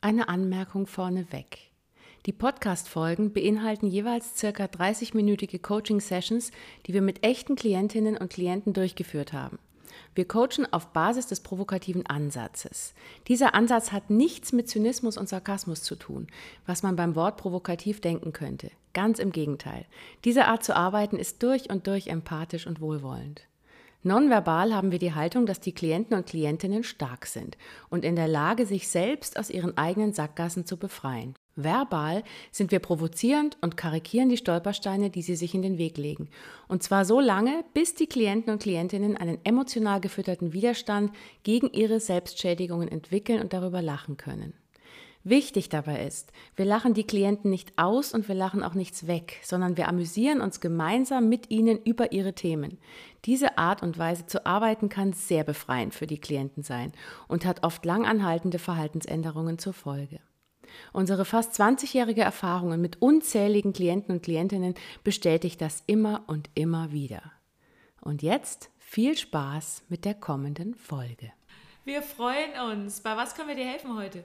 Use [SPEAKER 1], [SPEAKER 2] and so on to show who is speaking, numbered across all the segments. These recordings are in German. [SPEAKER 1] Eine Anmerkung vorneweg. Die Podcast-Folgen beinhalten jeweils circa 30-minütige Coaching-Sessions, die wir mit echten Klientinnen und Klienten durchgeführt haben. Wir coachen auf Basis des provokativen Ansatzes. Dieser Ansatz hat nichts mit Zynismus und Sarkasmus zu tun, was man beim Wort provokativ denken könnte. Ganz im Gegenteil. Diese Art zu arbeiten ist durch und durch empathisch und wohlwollend. Nonverbal haben wir die Haltung, dass die Klienten und Klientinnen stark sind und in der Lage, sich selbst aus ihren eigenen Sackgassen zu befreien. Verbal sind wir provozierend und karikieren die Stolpersteine, die sie sich in den Weg legen. Und zwar so lange, bis die Klienten und Klientinnen einen emotional gefütterten Widerstand gegen ihre Selbstschädigungen entwickeln und darüber lachen können. Wichtig dabei ist, wir lachen die Klienten nicht aus und wir lachen auch nichts weg, sondern wir amüsieren uns gemeinsam mit ihnen über ihre Themen. Diese Art und Weise zu arbeiten kann sehr befreiend für die Klienten sein und hat oft langanhaltende Verhaltensänderungen zur Folge. Unsere fast 20-jährige Erfahrungen mit unzähligen Klienten und Klientinnen bestätigt das immer und immer wieder. Und jetzt viel Spaß mit der kommenden Folge.
[SPEAKER 2] Wir freuen uns. Bei was können wir dir helfen heute?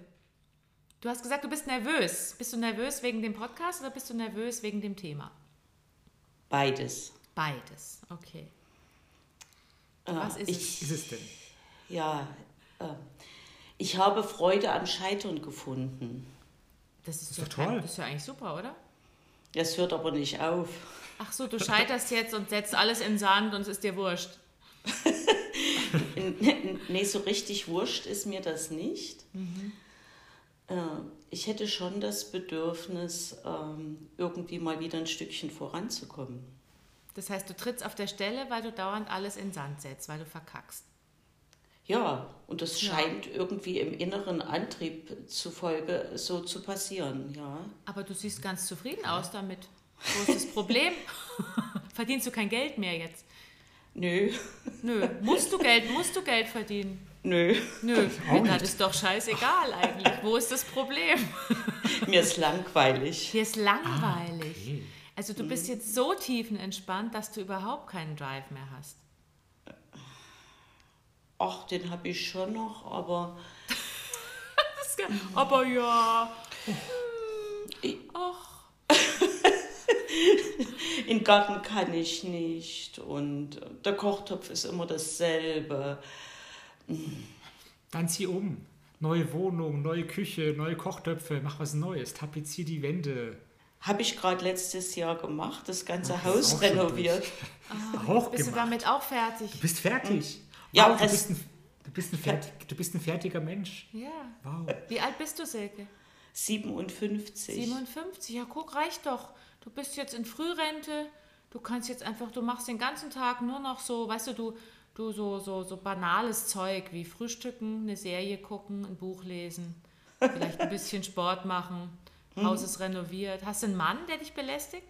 [SPEAKER 2] Du hast gesagt, du bist nervös. Bist du nervös wegen dem Podcast oder bist du nervös wegen dem Thema?
[SPEAKER 3] Beides.
[SPEAKER 2] Beides, okay.
[SPEAKER 3] Äh,
[SPEAKER 2] Was ist
[SPEAKER 3] ich,
[SPEAKER 4] ist es denn?
[SPEAKER 3] Ja, äh, ich habe Freude am Scheitern gefunden.
[SPEAKER 2] Das ist,
[SPEAKER 4] Ist
[SPEAKER 2] ja
[SPEAKER 4] doch
[SPEAKER 2] kein-
[SPEAKER 4] toll.
[SPEAKER 2] Das ist ja eigentlich super, oder?
[SPEAKER 3] Das hört aber nicht auf.
[SPEAKER 2] Ach so, du scheiterst jetzt und setzt alles in Sand und es ist dir wurscht.
[SPEAKER 3] N- nee, so richtig wurscht ist mir das nicht. Äh, ich hätte schon das Bedürfnis, ähm, irgendwie mal wieder ein Stückchen voranzukommen.
[SPEAKER 2] Das heißt, du trittst auf der Stelle, weil du dauernd alles in Sand setzt, weil du verkackst.
[SPEAKER 3] Ja, und das scheint irgendwie im inneren Antrieb zufolge so zu passieren, ja.
[SPEAKER 2] Aber du siehst ganz zufrieden aus damit. Wo ist das Problem? Verdienst du kein Geld mehr jetzt?
[SPEAKER 3] Nö,
[SPEAKER 2] Nö. Musst du Geld, musst du Geld verdienen?
[SPEAKER 3] nö,
[SPEAKER 2] Nö.
[SPEAKER 4] Auch
[SPEAKER 2] Das
[SPEAKER 4] nicht.
[SPEAKER 2] ist doch scheißegal eigentlich. Wo ist das Problem?
[SPEAKER 3] mir ist langweilig.
[SPEAKER 2] Dir
[SPEAKER 4] Ah,
[SPEAKER 2] ist langweilig. Also du
[SPEAKER 4] Mhm.
[SPEAKER 2] bist jetzt so tiefenentspannt, dass du überhaupt keinen Drive mehr hast.
[SPEAKER 3] Ach, den habe ich schon noch, aber
[SPEAKER 2] Das ist ge-
[SPEAKER 4] Mhm.
[SPEAKER 2] Aber ja,
[SPEAKER 3] In den Garten kann ich nicht und äh, der Kochtopf ist immer dasselbe.
[SPEAKER 4] Dann zieh um. Neue Wohnung, neue Küche, neue Kochtöpfe, mach was Neues, tapezier die Wände.
[SPEAKER 3] Habe ich gerade letztes Jahr gemacht, das ganze
[SPEAKER 4] Ach, das
[SPEAKER 3] Haus
[SPEAKER 4] ist auch schon
[SPEAKER 3] renoviert.
[SPEAKER 4] auch
[SPEAKER 2] Ah, bist du
[SPEAKER 4] gemacht.
[SPEAKER 2] damit auch fertig?
[SPEAKER 4] Du bist fertig.
[SPEAKER 3] Ja,
[SPEAKER 4] wow, du,
[SPEAKER 3] es-
[SPEAKER 4] bist ein, du, bist ein fertig, du bist ein fertiger Mensch.
[SPEAKER 2] Ja.
[SPEAKER 4] Wow.
[SPEAKER 2] Wie alt bist du, Silke?
[SPEAKER 3] 57.
[SPEAKER 2] 57. Ja, guck, reicht doch. Du bist jetzt in Frührente. Du kannst jetzt einfach, du machst den ganzen Tag nur noch so, weißt du, du, du so, so, so banales Zeug wie Frühstücken, eine Serie gucken, ein Buch lesen, vielleicht ein bisschen Sport machen. Haus ist renoviert. Hast du einen Mann, der dich belästigt?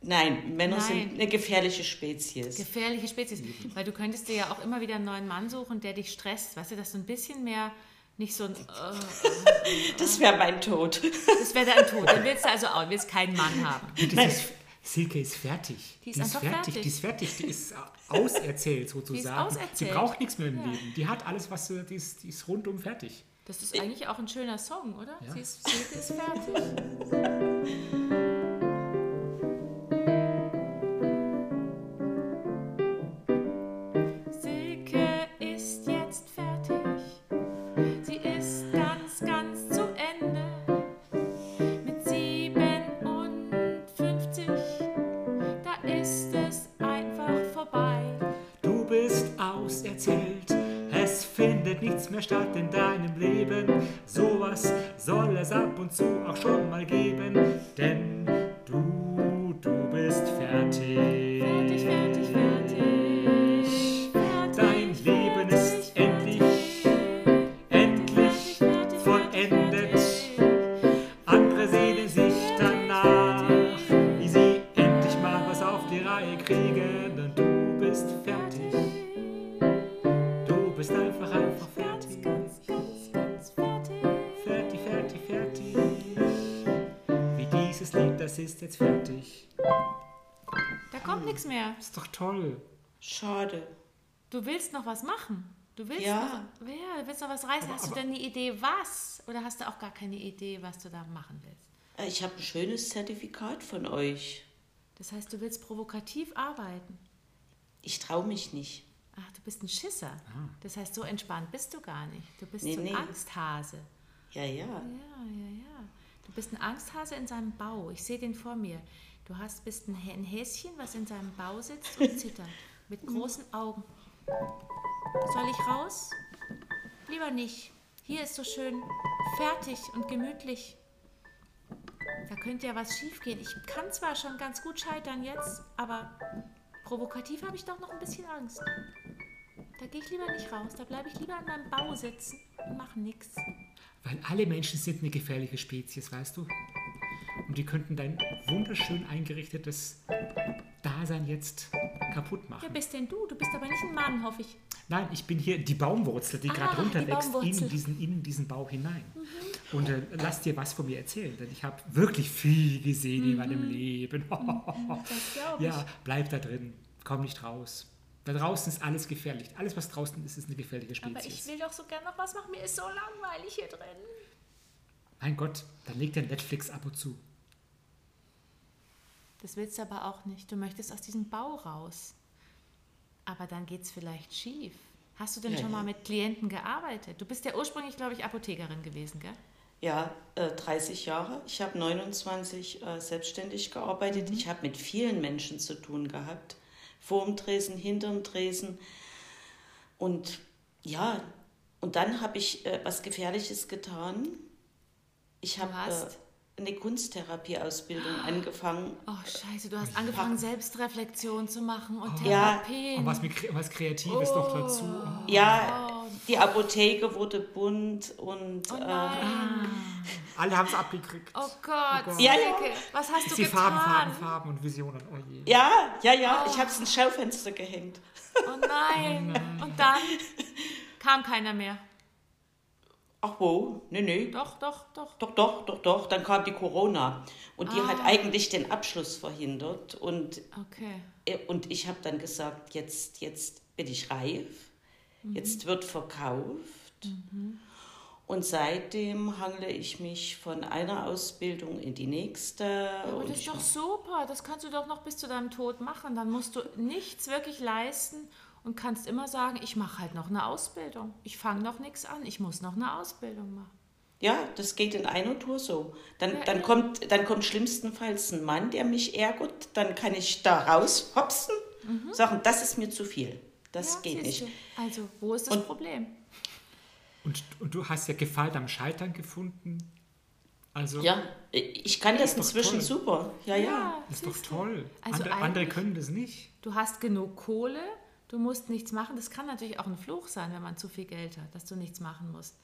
[SPEAKER 3] Nein, Männer
[SPEAKER 2] Nein.
[SPEAKER 3] sind eine gefährliche Spezies.
[SPEAKER 2] Gefährliche Spezies. Weil du könntest dir ja auch immer wieder einen neuen Mann suchen, der dich stresst. Weißt du, dass du ein bisschen mehr nicht so ein. Äh,
[SPEAKER 3] das wäre mein Tod.
[SPEAKER 2] das wäre dein Tod. Dann willst du also auch willst keinen Mann haben.
[SPEAKER 4] Und Das ist, Silke ist fertig.
[SPEAKER 2] Die ist einfach fertig.
[SPEAKER 4] Die ist fertig. Die ist auserzählt sozusagen.
[SPEAKER 2] auserzählt.
[SPEAKER 4] Die braucht nichts mehr im Leben. Die hat alles, was sie, die ist, die ist rundum fertig.
[SPEAKER 2] Das ist eigentlich auch ein schöner Song, oder?
[SPEAKER 4] Ja.
[SPEAKER 2] Sie ist, Silke ist fertig. Silke ist jetzt fertig. Sie ist ganz, ganz zu Ende. Mit 57, da ist es einfach vorbei.
[SPEAKER 4] Du bist auserzählt, es findet nichts mehr statt in deinem Leben. Sowas soll es ab und zu auch schon mal geben, denn du, du bist fertig.
[SPEAKER 2] Fertig, fertig, fertig. fertig
[SPEAKER 4] Dein Leben ist
[SPEAKER 2] fertig,
[SPEAKER 4] endlich,
[SPEAKER 2] fertig,
[SPEAKER 4] endlich
[SPEAKER 2] fertig,
[SPEAKER 4] vollendet.
[SPEAKER 2] fertig.
[SPEAKER 4] Andere sehnen sich danach, wie sie endlich mal was auf die Reihe kriegen. Und du bist fertig, du bist einfach, einfach fertig.
[SPEAKER 2] Ganz, ganz, ganz, ganz fertig.
[SPEAKER 4] Fertig, fertig, fertig. Wie dieses Lied, das ist jetzt fertig.
[SPEAKER 2] Da kommt nichts mehr.
[SPEAKER 4] Ist doch toll.
[SPEAKER 3] Schade.
[SPEAKER 2] Du willst noch was machen. Du willst,
[SPEAKER 3] Ja.
[SPEAKER 2] noch, ja, du willst noch was reißen.
[SPEAKER 4] Aber-
[SPEAKER 2] Hast du
[SPEAKER 4] aber-
[SPEAKER 2] denn eine Idee, was? Oder hast du auch gar keine Idee, was du da machen willst?
[SPEAKER 3] Äh, Ich habe ein schönes Zertifikat von euch.
[SPEAKER 2] Das heißt, du willst provokativ arbeiten.
[SPEAKER 3] Ich traue mich nicht.
[SPEAKER 2] Ach, du bist ein Schisser.
[SPEAKER 4] Ah.
[SPEAKER 2] Das heißt, so entspannt bist du gar nicht. Du bist
[SPEAKER 3] Nee,
[SPEAKER 2] so ein
[SPEAKER 3] nee.
[SPEAKER 2] Angsthase.
[SPEAKER 3] Ja, ja.
[SPEAKER 2] Ja, ja, ja. Du bist ein Angsthase in seinem Bau. Ich sehe den vor mir. Du hast, bist ein, Hä- ein Häschen, was in seinem Bau sitzt und zittert. Mit großen Augen. Soll ich raus? Lieber nicht. Hier ist so schön fertig und gemütlich. Da könnte ja was schiefgehen. Ich kann zwar schon ganz gut scheitern jetzt, aber provokativ habe ich doch noch ein bisschen Angst. Da gehe ich lieber nicht raus. Da bleibe ich lieber an meinem Bau sitzen und mache nichts.
[SPEAKER 4] Weil alle Menschen sind eine gefährliche Spezies, weißt du? Und die könnten dein wunderschön eingerichtetes Dasein jetzt kaputt
[SPEAKER 2] Wer
[SPEAKER 4] machen.
[SPEAKER 2] bist denn du? Du bist aber nicht ein Mann, hoffe ich.
[SPEAKER 4] Nein, ich bin hier die Baumwurzel, die
[SPEAKER 2] Ah,
[SPEAKER 4] gerade
[SPEAKER 2] die
[SPEAKER 4] runterwächst in
[SPEAKER 2] Baumwurzel. Mhm.
[SPEAKER 4] diesen, in diesen Bau hinein. Und äh, lass dir was von mir erzählen, denn ich habe wirklich viel gesehen in meinem Leben.
[SPEAKER 2] Mhm. Das glaube ich.
[SPEAKER 4] ja, bleib da drin, komm nicht raus. Da draußen ist alles gefährlich. Alles, was draußen ist, ist eine gefährliche Spezies.
[SPEAKER 2] aber ich will doch so gern noch was machen. Mir ist so langweilig hier drin.
[SPEAKER 4] mein Gott, dann legt der Netflix ab und zu.
[SPEAKER 2] Das willst du aber auch nicht. Du möchtest aus diesem Bau raus. Aber dann geht's vielleicht schief. Hast du denn
[SPEAKER 3] Ja,
[SPEAKER 2] schon
[SPEAKER 3] ja.
[SPEAKER 2] mal mit Klienten gearbeitet? Du bist ja ursprünglich, glaube ich, Apothekerin gewesen, gell?
[SPEAKER 3] Ja, äh, 30 Jahre. Ich habe 29 äh, selbstständig gearbeitet.
[SPEAKER 2] Mhm.
[SPEAKER 3] Ich habe mit vielen Menschen zu tun gehabt. Vor dem Tresen, hinterm Tresen. Und ja, und dann habe ich äh, was Gefährliches getan. Ich habe
[SPEAKER 2] hast?
[SPEAKER 3] äh, eine Kunsttherapieausbildung angefangen.
[SPEAKER 2] Oh, scheiße, du hast angefangen, Selbstreflexion zu machen und
[SPEAKER 3] Ja.
[SPEAKER 2] Therapien.
[SPEAKER 4] Und was, mit, Kre- was Kreatives noch dazu. Oh.
[SPEAKER 3] Ja, die Apotheke wurde bunt und
[SPEAKER 2] oh
[SPEAKER 3] äh,
[SPEAKER 2] nein.
[SPEAKER 4] Alle haben es abgekriegt.
[SPEAKER 2] Oh Gott,
[SPEAKER 3] Ja, ja.
[SPEAKER 2] Silke, was hast du
[SPEAKER 4] Sie
[SPEAKER 2] getan?
[SPEAKER 4] Farben, Farben, Farben und Visionen. Oh je.
[SPEAKER 3] ja, ja, ja, ich habe es ins Schaufenster gehängt.
[SPEAKER 2] Oh nein. Und dann kam keiner mehr.
[SPEAKER 3] Ach wo, nee, nee,
[SPEAKER 2] Doch, doch, doch.
[SPEAKER 3] Doch, doch, doch, doch. Dann kam die Corona und die hat
[SPEAKER 2] Ah.
[SPEAKER 3] eigentlich den Abschluss verhindert. Und,
[SPEAKER 2] Okay.
[SPEAKER 3] äh, und ich habe dann gesagt, jetzt, jetzt bin ich reif,
[SPEAKER 2] Mhm.
[SPEAKER 3] jetzt wird verkauft. Und seitdem hangle ich mich von einer Ausbildung in die nächste.
[SPEAKER 2] Aber
[SPEAKER 3] und
[SPEAKER 2] das
[SPEAKER 3] ich
[SPEAKER 2] ist doch super. Das kannst du doch noch bis zu deinem Tod machen. Dann musst du nichts wirklich leisten und kannst immer sagen, ich mache halt noch eine Ausbildung. Ich fange noch nichts an. Ich muss noch eine Ausbildung machen.
[SPEAKER 3] Ja, das geht in einer Tour so. Dann,
[SPEAKER 2] Ja,
[SPEAKER 3] dann,
[SPEAKER 2] ja.
[SPEAKER 3] kommt, dann kommt schlimmstenfalls ein Mann, der mich ärgert. Dann kann ich da raushopsen, sagen, das ist mir zu viel. Das
[SPEAKER 2] Mhm. Ja,
[SPEAKER 3] geht
[SPEAKER 2] siehst
[SPEAKER 3] nicht.
[SPEAKER 2] du. Also, wo ist das
[SPEAKER 3] Und-
[SPEAKER 2] Problem?
[SPEAKER 4] Und, und du hast ja Gefallen am Scheitern gefunden. Also,
[SPEAKER 3] Ja, ich kann das
[SPEAKER 4] doch
[SPEAKER 3] inzwischen
[SPEAKER 4] toll.
[SPEAKER 3] super. Ja, ja.
[SPEAKER 4] das ist doch
[SPEAKER 2] siehst du.
[SPEAKER 4] toll.
[SPEAKER 2] Also
[SPEAKER 4] andere, andere
[SPEAKER 2] eigentlich-
[SPEAKER 4] können das nicht.
[SPEAKER 2] Du hast genug Kohle, du musst nichts machen. Das kann natürlich auch ein Fluch sein, wenn man zu viel Geld hat, dass du nichts machen musst.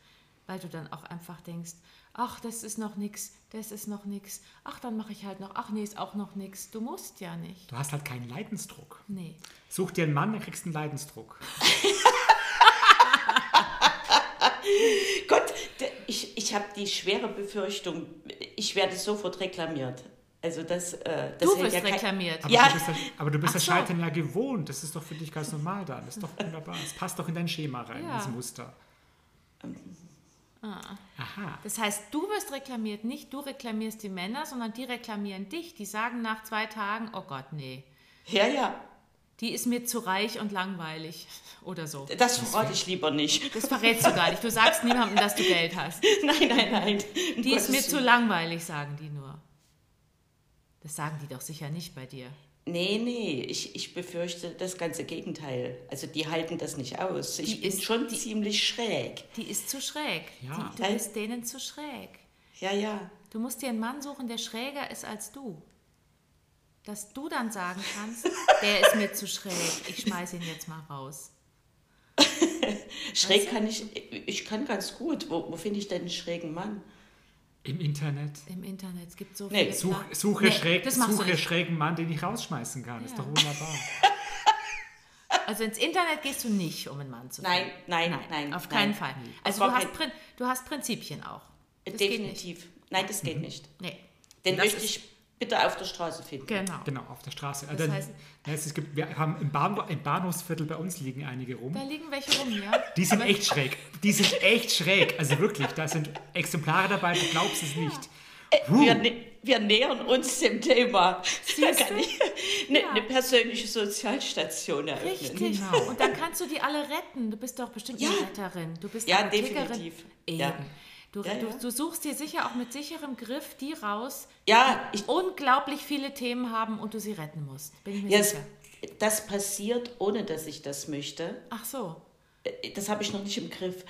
[SPEAKER 2] Weil du dann auch einfach denkst, ach, das ist noch nix, das ist noch nix, ach, dann mache ich halt noch, ach, nee, ist auch noch nix. Du musst ja nicht.
[SPEAKER 4] Du hast halt keinen Leidensdruck.
[SPEAKER 2] Nee.
[SPEAKER 4] Such dir einen Mann, dann kriegst du einen Leidensdruck.
[SPEAKER 3] Gott, d- ich, ich habe die schwere Befürchtung, ich werde sofort reklamiert. Also das, äh, das
[SPEAKER 2] Du
[SPEAKER 3] hält
[SPEAKER 2] wirst
[SPEAKER 3] ja kein-
[SPEAKER 2] reklamiert.
[SPEAKER 4] Aber
[SPEAKER 3] Ja.
[SPEAKER 4] du bist, das, aber du bist
[SPEAKER 2] Ach
[SPEAKER 4] das
[SPEAKER 2] so.
[SPEAKER 4] Scheitern ja gewohnt. Das ist doch für dich ganz normal dann. Das ist doch wunderbar. Es passt doch in dein Schema rein,
[SPEAKER 2] Ja. Ah.
[SPEAKER 4] das Muster. Aha.
[SPEAKER 2] Das heißt, du wirst reklamiert, nicht du reklamierst die Männer, sondern die reklamieren dich. Die sagen nach zwei Tagen, oh Gott, nee,
[SPEAKER 3] Ja, ja,
[SPEAKER 2] die ist mir zu reich und langweilig oder so.
[SPEAKER 3] das verrate ich lieber nicht.
[SPEAKER 2] Das verrätst du gar nicht. Du sagst niemandem, dass du Geld hast.
[SPEAKER 3] Nein, nein, nein. Um
[SPEAKER 2] Die ist
[SPEAKER 3] Gottes
[SPEAKER 2] mir zu
[SPEAKER 3] Willen.
[SPEAKER 2] langweilig, sagen die nur. Das sagen die doch sicher nicht bei dir.
[SPEAKER 3] Nee, nee, ich, ich befürchte das ganze Gegenteil. Also die halten das nicht aus. Ich
[SPEAKER 2] Die
[SPEAKER 3] bin
[SPEAKER 2] ist-
[SPEAKER 3] schon ziemlich schräg.
[SPEAKER 2] Die ist zu schräg.
[SPEAKER 4] Ja.
[SPEAKER 2] Die, du bist denen zu schräg.
[SPEAKER 3] Ja, ja.
[SPEAKER 2] Du musst dir einen Mann suchen, der schräger ist als du. Dass du dann sagen kannst, der ist mir zu schräg. Ich schmeiß ihn jetzt mal raus.
[SPEAKER 3] Schräg kann ich, ich kann ganz gut. Wo, wo finde ich denn einen schrägen Mann?
[SPEAKER 4] Im Internet.
[SPEAKER 2] Im Internet es gibt so
[SPEAKER 3] Nee,
[SPEAKER 2] viele.
[SPEAKER 4] Such,
[SPEAKER 2] Pla-
[SPEAKER 4] suche
[SPEAKER 2] Nee,
[SPEAKER 4] schräg,
[SPEAKER 2] das machst du
[SPEAKER 4] suche
[SPEAKER 2] nicht.
[SPEAKER 4] schrägen Mann, den ich rausschmeißen kann. Ist
[SPEAKER 2] Ja.
[SPEAKER 4] doch wunderbar.
[SPEAKER 2] Also ins Internet gehst du nicht, um einen Mann zu finden.
[SPEAKER 3] Nein, nein, nein.
[SPEAKER 2] auf
[SPEAKER 3] nein.
[SPEAKER 2] keinen Fall. Also
[SPEAKER 3] Auf
[SPEAKER 2] du
[SPEAKER 3] gar
[SPEAKER 2] hast, Prin du hast Prinzipien auch. Das geht nicht.
[SPEAKER 3] Definitiv. Nein, das geht nicht.
[SPEAKER 2] Nee.
[SPEAKER 3] Den
[SPEAKER 2] Mhm. Das
[SPEAKER 3] möchte
[SPEAKER 2] ist-
[SPEAKER 3] ich bitte auf der Straße finden.
[SPEAKER 2] Genau.
[SPEAKER 4] Genau, auf der Straße.
[SPEAKER 2] Das
[SPEAKER 4] Also,
[SPEAKER 2] heißt-
[SPEAKER 4] es, es gibt, wir haben im, Bahn, im Bahnhofsviertel bei uns liegen einige rum.
[SPEAKER 2] Da liegen welche rum, ja?
[SPEAKER 4] Die sind echt schräg. Die sind echt schräg. Also wirklich, da sind Exemplare dabei, du glaubst es nicht. Huh.
[SPEAKER 3] Wir, nä wir nähern uns dem Thema. Da kann ich eine eine persönliche Sozialstation eröffnen.
[SPEAKER 2] Richtig.
[SPEAKER 4] Genau.
[SPEAKER 2] Und dann kannst du die alle retten. Du bist doch bestimmt
[SPEAKER 3] Ja.
[SPEAKER 2] eine Retterin. Du bist
[SPEAKER 3] Ja,
[SPEAKER 2] eine Kickerin.
[SPEAKER 3] definitiv.
[SPEAKER 2] Eben.
[SPEAKER 3] Ja.
[SPEAKER 2] Du,
[SPEAKER 3] Ja,
[SPEAKER 2] du,
[SPEAKER 3] ja.
[SPEAKER 2] du suchst dir sicher auch mit sicherem Griff die raus,
[SPEAKER 3] Ja,
[SPEAKER 2] Oh,
[SPEAKER 3] ich,
[SPEAKER 2] unglaublich viele Themen haben und du sie retten musst. Bin ich mir
[SPEAKER 3] ja, es-
[SPEAKER 2] sicher.
[SPEAKER 3] das passiert, ohne dass ich das möchte.
[SPEAKER 2] Ach so.
[SPEAKER 3] Äh, Das habe ich noch nicht im Griff.